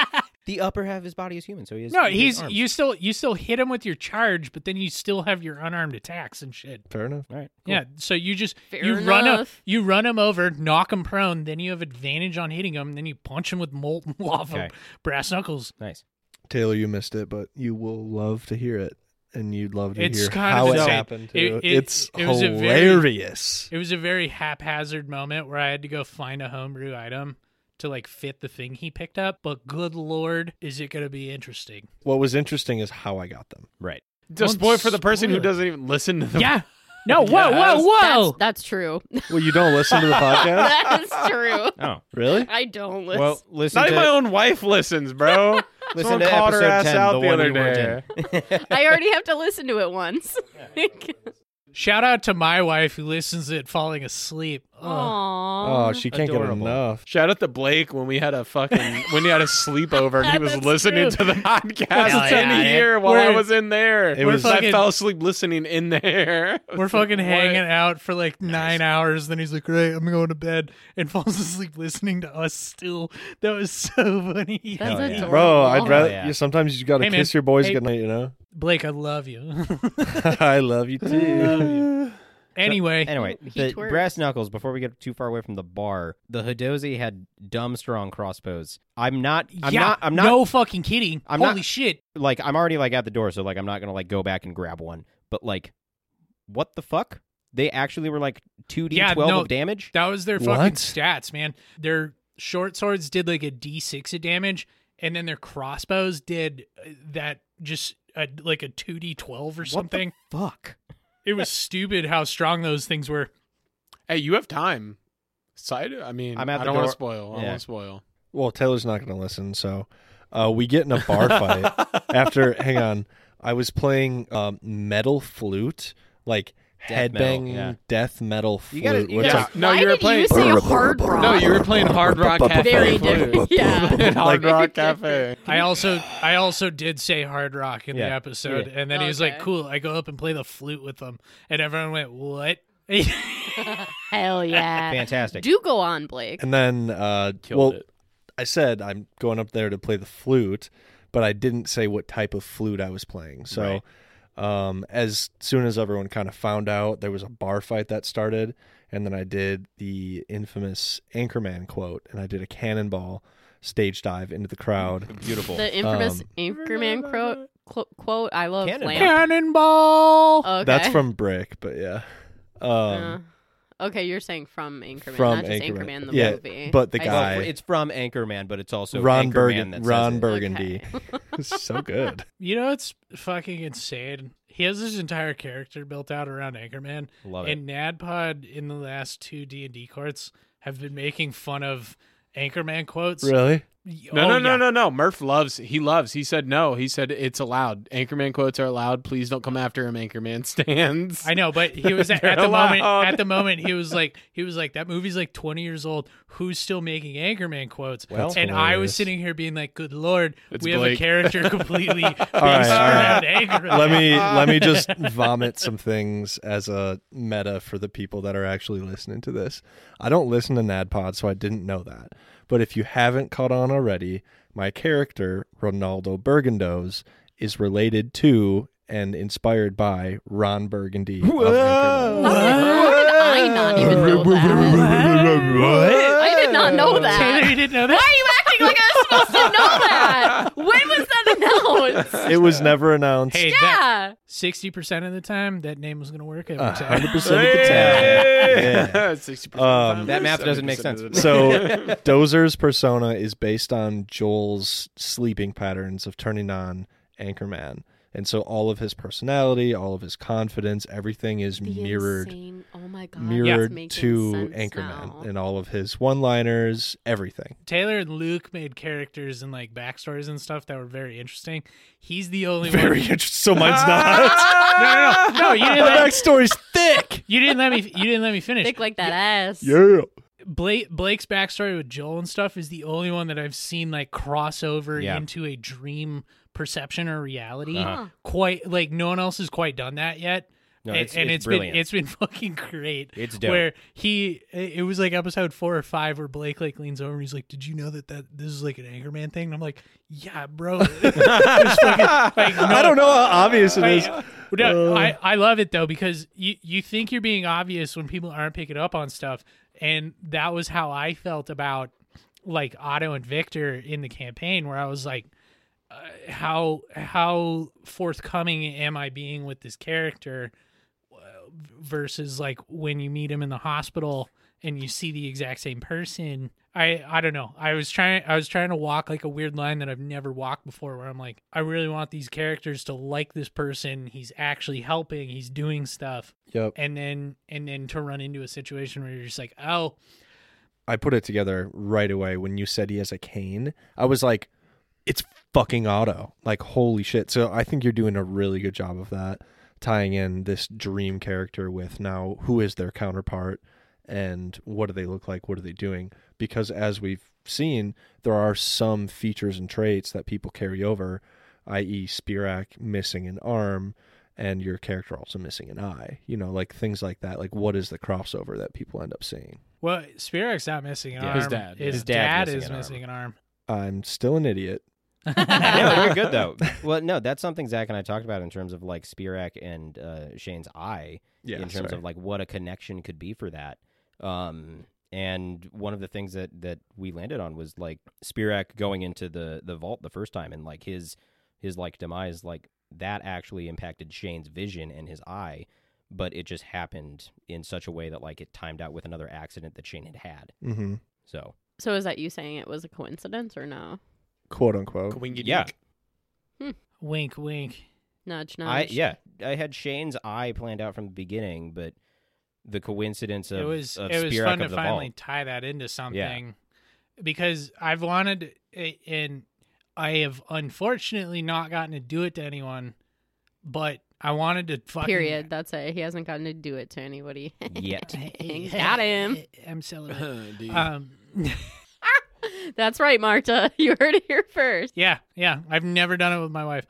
S4: the upper half of his body is human, so he has
S2: no.
S4: he has
S2: He's
S4: arms.
S2: you still you still hit him with your charge, but then you still have your unarmed attacks and shit.
S1: Fair enough.
S4: All right.
S2: Yeah. So you just
S5: Fair
S2: you run up,
S5: enough.
S2: you run him over, knock him prone, then you have advantage on hitting him, then you punch him with molten lava,
S4: Okay.
S2: brass knuckles.
S4: Nice.
S1: Taylor, you missed it, but you will love to hear it. And you'd love to
S2: It's
S1: hear
S2: kind
S1: how
S2: of
S1: it
S2: insane.
S1: happened.
S2: It-
S1: too.
S2: it-
S1: it's
S2: it was a very-
S1: hilarious.
S2: It was a very haphazard moment where I had to go find a homebrew item to like fit the thing he picked up. But good lord, is it going to be interesting?
S1: What was interesting is how I got them.
S4: Right.
S3: Just
S2: Don't
S3: spoil for the person who
S2: spoil it.
S3: doesn't even listen to the
S2: Yeah. No. Whoa.
S3: Yes.
S2: Oh, Whoa. Whoa.
S5: That's, that's true.
S1: Well, you don't listen to the podcast?
S5: that's true.
S4: Oh.
S1: Really?
S5: I don't listen.
S4: Well, listen
S3: Not
S4: to
S3: even my own wife listens, bro.
S4: listen
S3: Someone
S4: to
S3: called her
S4: episode
S3: ass
S4: 10,
S3: out
S4: the,
S3: the
S4: one
S3: other
S4: you weren't in.
S5: I already have to listen to it once.
S2: Shout out to my wife who listens to it falling asleep. Ugh.
S5: Aww.
S1: Oh, she can't get
S4: adorable.
S1: enough.
S3: Shout out to Blake when we had a fucking when we had a sleepover and he was
S2: That's
S3: listening
S2: true.
S3: to the podcast
S2: Hell
S3: yeah, in
S2: yeah, dude.
S3: here while I
S2: We're-
S3: was in there.
S1: It was-
S3: I
S2: fucking-
S3: fell asleep listening in there.
S2: We're fucking
S3: What?
S2: hanging out for like nine hours. Then he's like, "Great, I'm going to bed," and falls asleep listening to us. Still, that was so funny.
S5: That's
S4: Hell yeah.
S5: adorable.
S1: Bro, I'd rather.
S4: Oh, yeah.
S1: you- Sometimes you gotta
S2: Hey, man.
S1: kiss your boys
S2: Hey.
S1: goodnight. You know.
S2: Blake, I love you.
S1: I love you too.
S2: anyway,
S4: Anyway,
S5: He
S4: the
S5: twerks.
S4: brass knuckles. Before we get too far away from the bar, the Hidozi had dumb strong crossbows. I'm not. I'm
S2: yeah,
S4: not. I'm not
S2: no fucking kidding.
S4: I'm
S2: Holy
S4: not-
S2: shit!
S4: like I'm already like at the door, so like I'm not gonna like go back and grab one. But like, what the fuck? They actually were like two d
S2: Yeah,
S4: twelve
S2: no,
S4: of damage.
S2: That was their fucking
S1: What?
S2: stats, man. Their short swords did like a d6 of damage, and then their crossbows did uh, that just uh, like a 2d12 or something.
S4: What the fuck?
S2: It was stupid how strong those things were.
S3: Hey, you have time. Side. I mean,
S4: I'm at the
S3: I don't want to
S4: door.
S3: spoil.
S4: Yeah.
S3: I don't want to spoil.
S1: well, Taylor's not gonna listen, so uh, we get in a bar fight after. Hang on, I was playing um, metal flute, like
S4: Death
S1: headbang
S4: metal, yeah.
S1: death metal
S4: You
S1: flute.
S4: gotta- you
S1: which
S4: gotta-
S1: I-
S5: Why
S3: No, you were
S5: did
S3: playing-
S5: you say hard rock?
S3: No, you were playing Hard Rock Cafe.
S5: Very different. Yeah.
S3: Hard
S5: Very
S3: Rock
S5: different.
S3: Cafe.
S2: I also I also did say hard rock in the
S4: Yeah.
S2: episode, and then he was like,
S5: Okay.
S2: "Cool, I go up and play the flute with them," and everyone went, "What?"
S5: Hell yeah.
S4: Fantastic.
S5: Uh, Do go on, Blake.
S1: and then, uh,
S3: Killed
S1: well,
S3: it.
S1: I said I'm going up there to play the flute, but I didn't say what type of flute I was playing. So, um, as soon as everyone kind of found out, there was a bar fight that started, and then I did the infamous Anchorman quote, and I did a cannonball stage dive into the crowd.
S4: Beautiful.
S5: The infamous
S1: Um,
S5: Anchorman quote. Quote, quote, I love
S4: Cannonball.
S5: lamp.
S2: Cannonball.
S5: Okay.
S1: That's from Brick, but yeah. Um,
S5: Uh, okay, you're saying from Anchorman,
S1: From
S5: not just
S1: Anchorman.
S5: Anchorman, the
S1: Yeah,
S5: movie.
S1: but the
S5: I
S1: guy-
S4: Well, it's from Anchorman, but it's also
S1: Ron,
S4: Anchorman
S1: Burgun-
S4: that says
S1: Ron
S4: it.
S1: Burgundy.
S5: Okay.
S1: so good.
S2: You know, it's fucking insane. He has his entire character built out around Anchorman,
S4: Love it.
S2: and Nadpod in the last two D and D courts have been making fun of Anchorman quotes.
S1: Really?
S2: Y-
S3: No,
S2: oh,
S3: no, no,
S2: yeah.
S3: no, no. Murph loves. He loves. He said no. He said it's allowed. Anchorman quotes are allowed. Please don't come after him. Anchorman stands.
S2: I know, but he was at,
S3: They're
S2: at the moment.
S3: allowed.
S2: At the moment, he was like, he was like, that movie's like twenty years old. Who's still making Anchorman quotes?
S1: Well-
S2: and I was
S1: hilarious.
S2: sitting here being like, good lord,
S3: It's
S2: we have a
S3: Blake.
S2: character completely based
S1: right, all
S2: around
S1: right.
S2: Anchorman.
S1: let me let me just vomit some things as a meta for the people that are actually listening to this. I don't listen to NADPod, so I didn't know that. But if you haven't caught on already, my character Ronaldo Burgundos is related to and inspired by Ron Burgundy. of Anchorman.
S5: How did, how did I not even know that? I did not know
S2: Taylor,
S5: that.
S2: you didn't know that.
S5: Why are you acting like I was supposed to know that? When was that announced?
S1: It was never announced.
S2: Hey, that
S5: Yeah.
S2: sixty percent of the time, that name was going to work every
S1: A
S2: time.
S1: hundred percent of the time. Yeah.
S3: Sixty
S1: Um,
S3: percent.
S4: That math doesn't make sense.
S1: So Dozer's persona is based on Joel's sleeping patterns of turning on Anchorman. And so all of his personality, all of his confidence, everything is
S5: The
S1: mirrored
S5: insane- oh my God, that's
S1: mirrored
S5: making
S1: to
S5: sense now.
S1: Anchorman and all of his one-liners, everything.
S2: Taylor and Luke made characters and like backstories and stuff that were very interesting. He's the only
S1: Very
S2: one.
S1: interesting. So mine's not.
S2: No, no, no, no. You
S1: the
S2: didn't, let,
S1: backstory's thick.
S2: you didn't let me. You didn't let me finish.
S5: Thick like that ass.
S1: Yeah.
S2: Blake Blake's backstory with Joel and stuff is the only one that I've seen like crossover
S4: Yeah.
S2: into a dream perception or reality.
S4: Uh-huh.
S2: Quite like no one else has quite done that yet.
S4: No,
S2: and
S4: it's-
S2: and
S4: it's
S2: been
S4: brilliant.
S2: it's been fucking great.
S4: It's dope.
S2: Where he it it was like episode four or five where Blake like leans over and he's like, "Did you know that that this is like an Anchorman thing?" And I'm like, "Yeah, bro." It was fucking, like, no-
S1: I don't know how obvious it is.
S2: I, no, I, I love it though because you, you think you're being obvious when people aren't picking up on stuff, and that was how I felt about like Otto and Victor in the campaign, where I was like, uh, how how forthcoming am I being with this character uh, versus like when you meet him in the hospital and you see the exact same person. I I don't know. I was trying I was trying to walk like a weird line that I've never walked before where I'm like I really want these characters to like this person. He's actually helping, he's doing stuff.
S1: Yep.
S2: And then and then to run into a situation where you're just like, "Oh,
S1: I put it together right away when you said he has a cane. I was like, it's fucking auto. Like, holy shit. So I think you're doing a really good job of that. tying in this dream character with now who is their counterpart and what do they look like? What are they doing? Because as we've seen, there are some features and traits that people carry over, i.e., Spirak missing an arm and your character also missing an eye. You know, like things like that. Like, what is the crossover that people end up seeing?
S2: Well, Spirek's not missing an
S3: Yeah.
S2: arm.
S3: His dad.
S2: His,
S4: His
S2: dad,
S4: dad's
S2: is missing
S4: missing
S2: an arm.
S1: I'm still an idiot.
S4: no, you're good though. Well, no, that's something Zach and I talked about in terms of like Spirac and uh, Shane's eye
S1: Yeah,
S4: in terms
S1: sorry.
S4: of like what a connection could be for that. Um, and one of the things that that we landed on was like Spirac going into the the vault the first time and like his his like demise like that actually impacted Shane's vision and his eye, but it just happened in such a way that like it timed out with another accident that Shane had had.
S1: mm-hmm.
S4: So
S5: So is that you saying it was a coincidence or no?
S1: quote unquote.
S4: Yeah.
S2: wink, wink.
S5: Nudge, nudge.
S4: I yeah, I had Shane's eye planned out from the beginning, but the coincidence of
S2: it was
S4: of
S2: it was
S4: Spirac
S2: fun to
S4: of the
S2: finally
S4: vault.
S2: tie that into something because I've wanted a- and I have unfortunately not gotten to do it to anyone, but I wanted to fucking
S5: Period. That's it. He hasn't gotten to do it to anybody.
S4: Yet.
S5: Got him.
S2: I'm celibate.
S3: Dude.
S2: um,
S5: That's right, Marta. You heard it here first.
S2: yeah, yeah. I've never done it with my wife.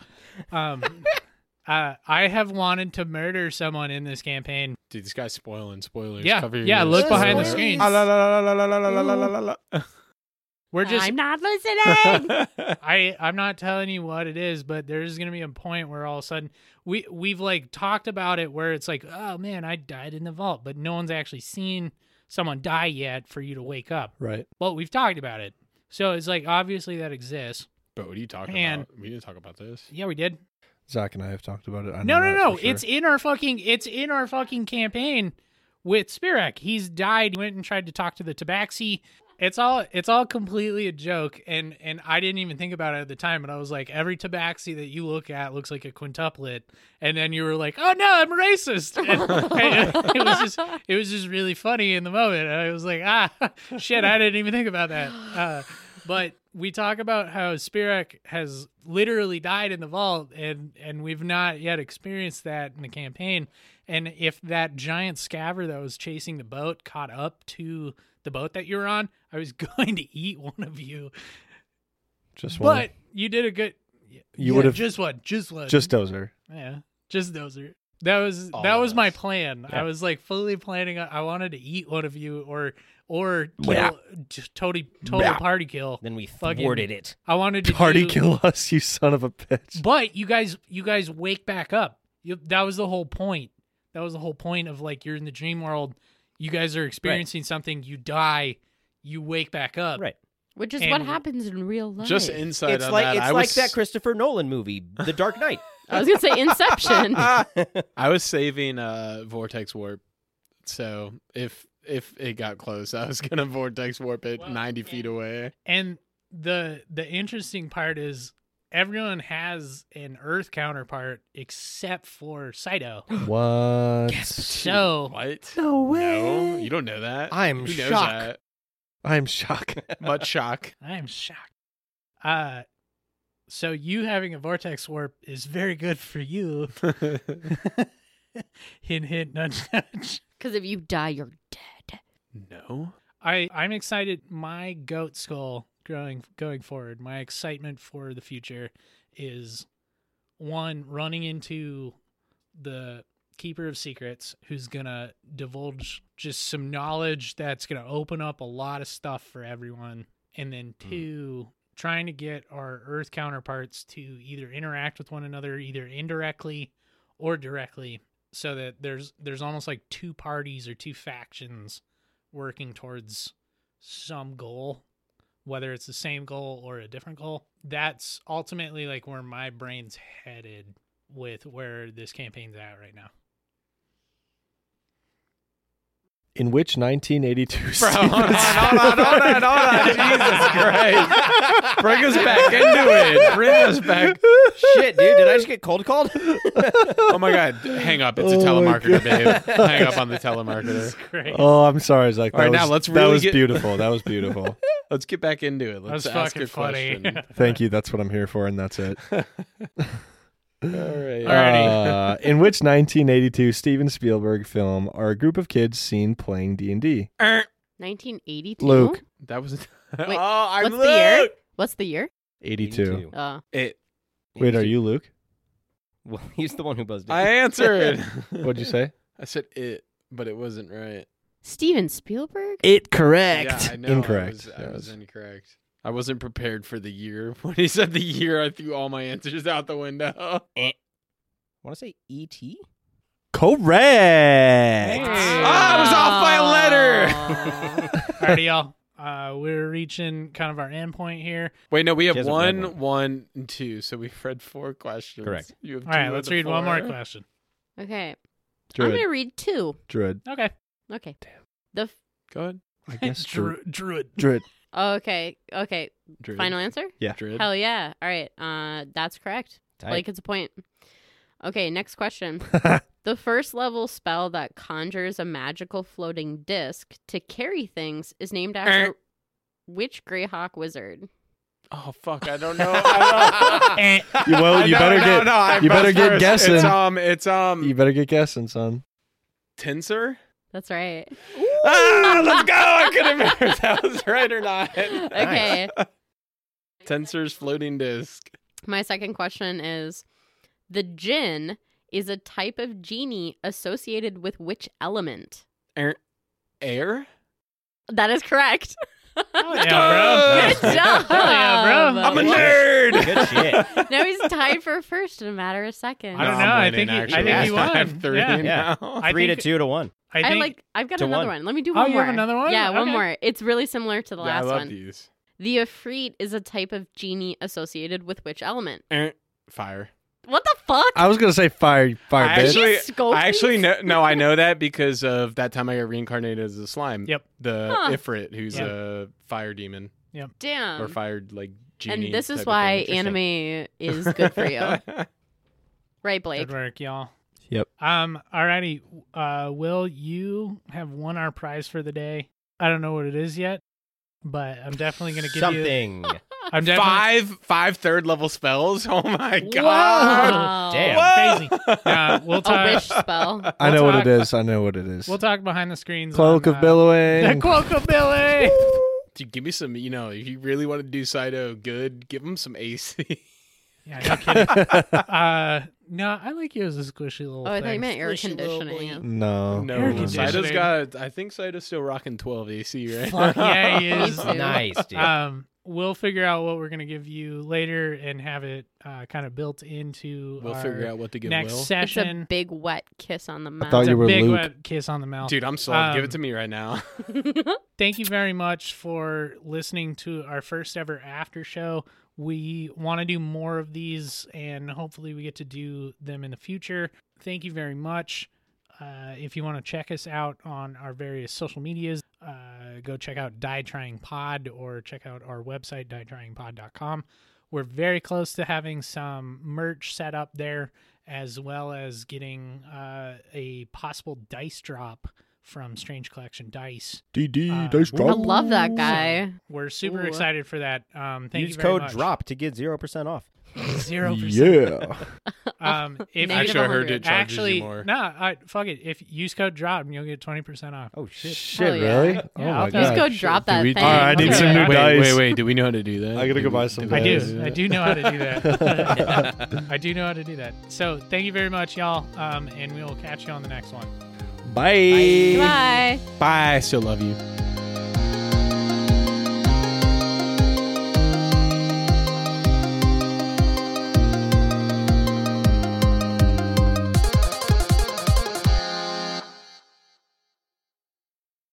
S2: Um, uh, I have wanted to murder someone in this campaign.
S3: Dude, this guy's spoiling spoilers.
S2: Yeah,
S3: Cover your
S2: yeah,
S3: ears.
S2: look
S5: behind the
S3: Spoilers.
S2: screen.
S3: Ah, la, la, la, la, la, la, la, la, la, la, la.
S2: We're just
S5: I'm not listening.
S2: I I'm not telling you what it is, but there's gonna be a point where all of a sudden we we've like talked about it where it's like, oh man, I died in the vault, but no one's actually seen someone die yet for you to wake up.
S1: Right.
S2: Well, we've talked about it, so it's like obviously that exists.
S3: Bro, what are you talking
S2: And-
S3: about? We didn't talk about this.
S2: Yeah, we did.
S1: Zach and I have talked about it. I
S2: No,
S1: know
S2: no,
S1: that
S2: no.
S1: for sure.
S2: It's in our fucking. It's in our fucking campaign with Spirac. He's died. He went and tried to talk to the Tabaxi. It's all. It's all completely a joke. And and I didn't even think about it at the time. But I was like, every Tabaxi that you look at looks like a quintuplet. And then you were like, oh no, I'm racist. And- and it was just. It was just really funny in the moment. And I was like, ah, shit, I didn't even think about that. Uh, but we talk about how Spirac has literally died in the vault, and and we've not yet experienced that in the campaign. And if that giant scaver that was chasing the boat caught up to the boat that you were on, I was going to eat one of you.
S1: just one.
S2: But you did a good. You
S1: would've-
S2: just one, just one,
S1: just Dozer.
S2: yeah, just dozer. That was
S3: All
S2: that
S3: of
S2: was my
S3: us.
S2: plan. I
S4: Yeah.
S2: was like fully planning. on- I wanted to eat one of you, or or kill,
S4: Yeah.
S2: just totally total
S4: Yeah.
S2: party kill.
S4: Then we
S2: Fucking-
S4: thwarted it.
S2: I wanted to
S1: Party
S2: do-
S1: kill us, you son of a bitch.
S2: But you guys, you guys wake back up. You, that was the whole point. That was the whole point of like you're in the dream world. You guys are experiencing something. You die. You wake back up.
S4: Right.
S5: Which is
S2: And-
S5: what happens in real life.
S3: Just inside
S4: It's
S3: on
S4: like
S3: that,
S4: it's
S3: I
S4: like
S3: was,
S4: that Christopher Nolan movie, The Dark Knight.
S5: I was gonna say Inception.
S3: I was saving uh, Vortex Warp. So if if it got close, I was going to Vortex Warp it 90 feet away.
S2: And the the interesting part is everyone has an Earth counterpart except for Saito.
S1: What?
S2: So
S3: What?
S1: No
S3: No, you don't know that.
S4: I'm
S3: Who knows
S4: shocked.
S3: that?
S1: I'm shocked.
S3: Much shock.
S2: I am shocked. Uh so you having a vortex warp is very good for you. hint hint nudge nudge.
S5: Because if you die, you're dead.
S3: No.
S2: I I'm excited. My goat skull growing going forward. My excitement for the future is one running into the keeper of secrets who's gonna divulge just some knowledge that's gonna open up a lot of stuff for everyone, and then two. Trying to get our Earth counterparts to either interact with one another, either indirectly or directly, so that there's there's almost like two parties or two factions working towards some goal, whether it's the same goal or a different goal. That's ultimately like where my brain's headed with where this campaign's at right now.
S1: In which 1982
S3: Bro,
S1: Steven
S3: hold on, hold on,
S1: Spielberg-
S3: hold on, hold on. Jesus Christ. Bring us back into it. Bring us back.
S4: Shit, dude, did I just get cold called?
S3: Oh my God. Hang up. It's a
S1: Oh my
S3: telemarketer, babe. Hang up on the telemarketer.
S2: Great.
S1: Oh, I'm sorry, Zach. That
S3: All right,
S1: was,
S3: now let's
S1: that
S3: really
S1: was
S3: get-
S1: beautiful. That was beautiful.
S3: Let's get back into it. Let's
S2: That's
S3: ask
S2: fucking
S3: a
S2: funny.
S3: question.
S1: Thank you. That's what I'm here for, and that's it.
S3: All right.
S2: Alrighty.
S1: Uh, in which 1982 Steven Spielberg film are a group of kids seen playing D and D?
S2: Er.
S5: 1982.
S1: Luke,
S3: Uh, That was.
S5: Wait,
S3: oh, I'm
S5: what's
S3: Luke.
S5: the year? What's the year?
S1: 82.
S5: Uh,
S3: It,
S1: Wait, are you Luke?
S4: Well, he's the one who buzzed. in.
S3: I answered.
S1: What'd you say?
S3: I said it, but it wasn't right.
S5: Steven Spielberg.
S1: It
S3: Yeah, I know.
S1: Incorrect.
S3: I was, I
S1: Yes.
S3: was incorrect. I wasn't prepared for the year. When he said the year, I threw all my answers out the window.
S4: want to say E E.T.
S1: Correct.
S3: Ah, it was off by a letter.
S5: letter.
S2: Alrighty, y'all. Uh, we're reaching kind of our end point here.
S3: Wait, no, we have
S4: She hasn't read
S3: one,
S4: one.
S3: one, and two. So we've read four questions.
S4: Correct.
S3: You have
S2: All right,
S3: two
S2: let's
S3: of the
S2: read one more
S3: four.
S2: question.
S5: okay, I'm
S1: Druid.
S5: gonna read two.
S1: Druid.
S2: Okay.
S5: Okay. The f-
S3: Go ahead.
S1: I guess Druid.
S2: Dru- Druid.
S1: Druid.
S5: okay, okay.
S3: Druid.
S5: Final answer.
S3: Druid.
S5: Hell yeah! All right, uh, that's correct.
S4: Tight.
S5: Like it's a point. Okay, next question. The first level spell that conjures a magical floating disc to carry things is named after
S3: Er.
S5: which Greyhawk wizard?
S3: Oh, fuck. I don't know. I
S2: Eh.
S1: You- well,
S3: don't-
S1: you
S3: no,
S1: better
S3: no,
S1: get
S3: no, I
S1: you better
S3: buzzed
S1: get
S3: first.
S1: guessing.
S3: It's, um, it's, um,
S1: you better get guessing, son.
S3: Tensor?
S5: That's right.
S3: Ah, let's go. I couldn't remember if that was right or not.
S5: Okay.
S3: Tensor's floating disc.
S5: My second question is the djinn is a type of genie associated with which element?
S3: Air?
S5: That is correct.
S2: Oh, Yeah,
S5: Good
S2: bro.
S5: job.
S2: Hell yeah, bro.
S3: I'm a
S4: Good
S3: nerd.
S4: Good shit.
S5: Now he's tied for first in a matter of seconds.
S2: I don't
S3: No,
S2: know.
S3: I'm
S2: I
S3: winning,
S2: think he- I
S3: actually.
S2: think he won.
S3: I have three
S2: Yeah.
S4: Yeah.
S3: now.
S2: I
S4: Three
S2: think,
S4: to two to one.
S2: I
S5: I,
S2: think
S5: like. I've got
S4: to
S5: another
S4: one.
S5: one. Let me do
S2: Oh,
S5: one
S2: you
S5: more.
S2: have another one?
S5: Yeah, one
S2: Okay.
S5: more. It's really similar to the
S3: Yeah, I
S5: last
S3: love
S5: one.
S3: these.
S5: The Efreet is a type of genie associated with which element?
S3: Eh, Fire.
S5: What the fuck?
S1: I was gonna say fire, fire,
S3: I
S1: bitch.
S5: Did you
S3: actually-
S2: Oh,
S5: scope
S3: I actually
S5: these?
S3: know. No, I know that because of that time I got reincarnated as a slime.
S2: Yep.
S3: The
S5: Huh.
S3: Ifrit, who's
S2: Yeah. Um,
S3: a fire demon
S5: Damn.
S3: or fired like genie.
S5: and this
S3: type
S5: is
S3: of
S5: why
S3: thing.
S5: anime is good for you, right, Blake?
S2: Good work, y'all.
S1: Yep.
S2: Um. Alrighty. Uh. Will you have won our prize for the day? I don't know what it is yet, but I'm definitely gonna give you.
S4: Something.
S2: I'm definitely.
S3: five five third level spells. Oh my god!
S5: Wow.
S4: Damn.
S2: Crazy. Uh, we'll
S5: A wish
S2: talk.
S5: spell.
S1: I know what
S2: talk-
S1: it is. I know what it is.
S2: We'll talk behind the screens.
S1: Cloak
S2: on,
S1: of
S2: uh, The
S1: Billowing.
S2: cloak of Billy.
S3: Dude, give me some. You know, if you really want to do Saito good, give him some AC.
S2: yeah. No kidding. Uh. No, I like you as a squishy little.
S5: Oh, I thought you
S2: thing.
S5: meant air
S2: Squishy little
S5: conditioning.
S1: no,
S2: Air
S3: no,
S1: Mm.
S2: conditioning.
S3: Saito's got. I think Saito's still rocking twelve AC, right?
S2: Fuck yeah, he is.
S5: Me too.
S4: nice, dude.
S2: Um, we'll figure out what we're gonna give you later and have it uh, kind of built into
S3: We'll
S2: our
S3: figure out what to give
S2: next
S3: Will.
S5: It's a
S2: session.
S5: big wet kiss on the mouth.
S1: thought
S2: It's
S1: Oh, you
S2: a
S1: were
S2: big
S1: Luke.
S2: wet kiss on the mouth.
S3: Dude, I'm sold. give
S2: Um,
S3: it to me right now.
S2: Thank you very much for listening to our first ever after show. We want to do more of these and hopefully we get to do them in the future. Thank you very much. Uh, if you want to check us out on our various social medias, uh, go check out Die Trying Pod or check out our website, dietryingpod.com. We're very close to having some merch set up there, as well as getting uh, a possible dice drop from Strange Collection Dice.
S1: DD
S2: Uh,
S1: dice
S5: I
S1: drop.
S5: love that guy.
S2: We're super
S5: Ooh.
S2: excited for that. Um, thank
S4: Use
S2: you very
S4: code
S2: much.
S4: DROP to get 0% off.
S2: zero percent.
S1: Yeah.
S2: Um, if
S5: Negative
S3: Actually, I
S5: 100.
S3: heard it charges
S2: actually,
S3: you more.
S2: nah, I, fuck it. If use code drop, and you'll get twenty percent off.
S4: Oh, shit.
S1: Shit,
S5: yeah.
S1: really?
S5: Yeah,
S1: Oh
S2: I'll
S1: my
S2: take
S5: Just
S1: god.
S5: go
S2: Shit.
S5: drop that
S3: Do we-
S5: thing.
S1: All right, I need
S5: Okay.
S1: some new
S3: wait,
S1: dice.
S3: Wait, wait. Do we know how to do that?
S1: I gotta
S3: Do
S1: go
S3: we-
S1: buy some
S3: do we
S2: I
S1: dice.
S3: know
S2: do.
S3: how
S2: I
S3: to
S2: do know how to do that. I do know how to do that. So thank you very much, y'all. Um, and we will catch you on the next one.
S1: Bye.
S5: Bye.
S3: that? Bye. I still love you.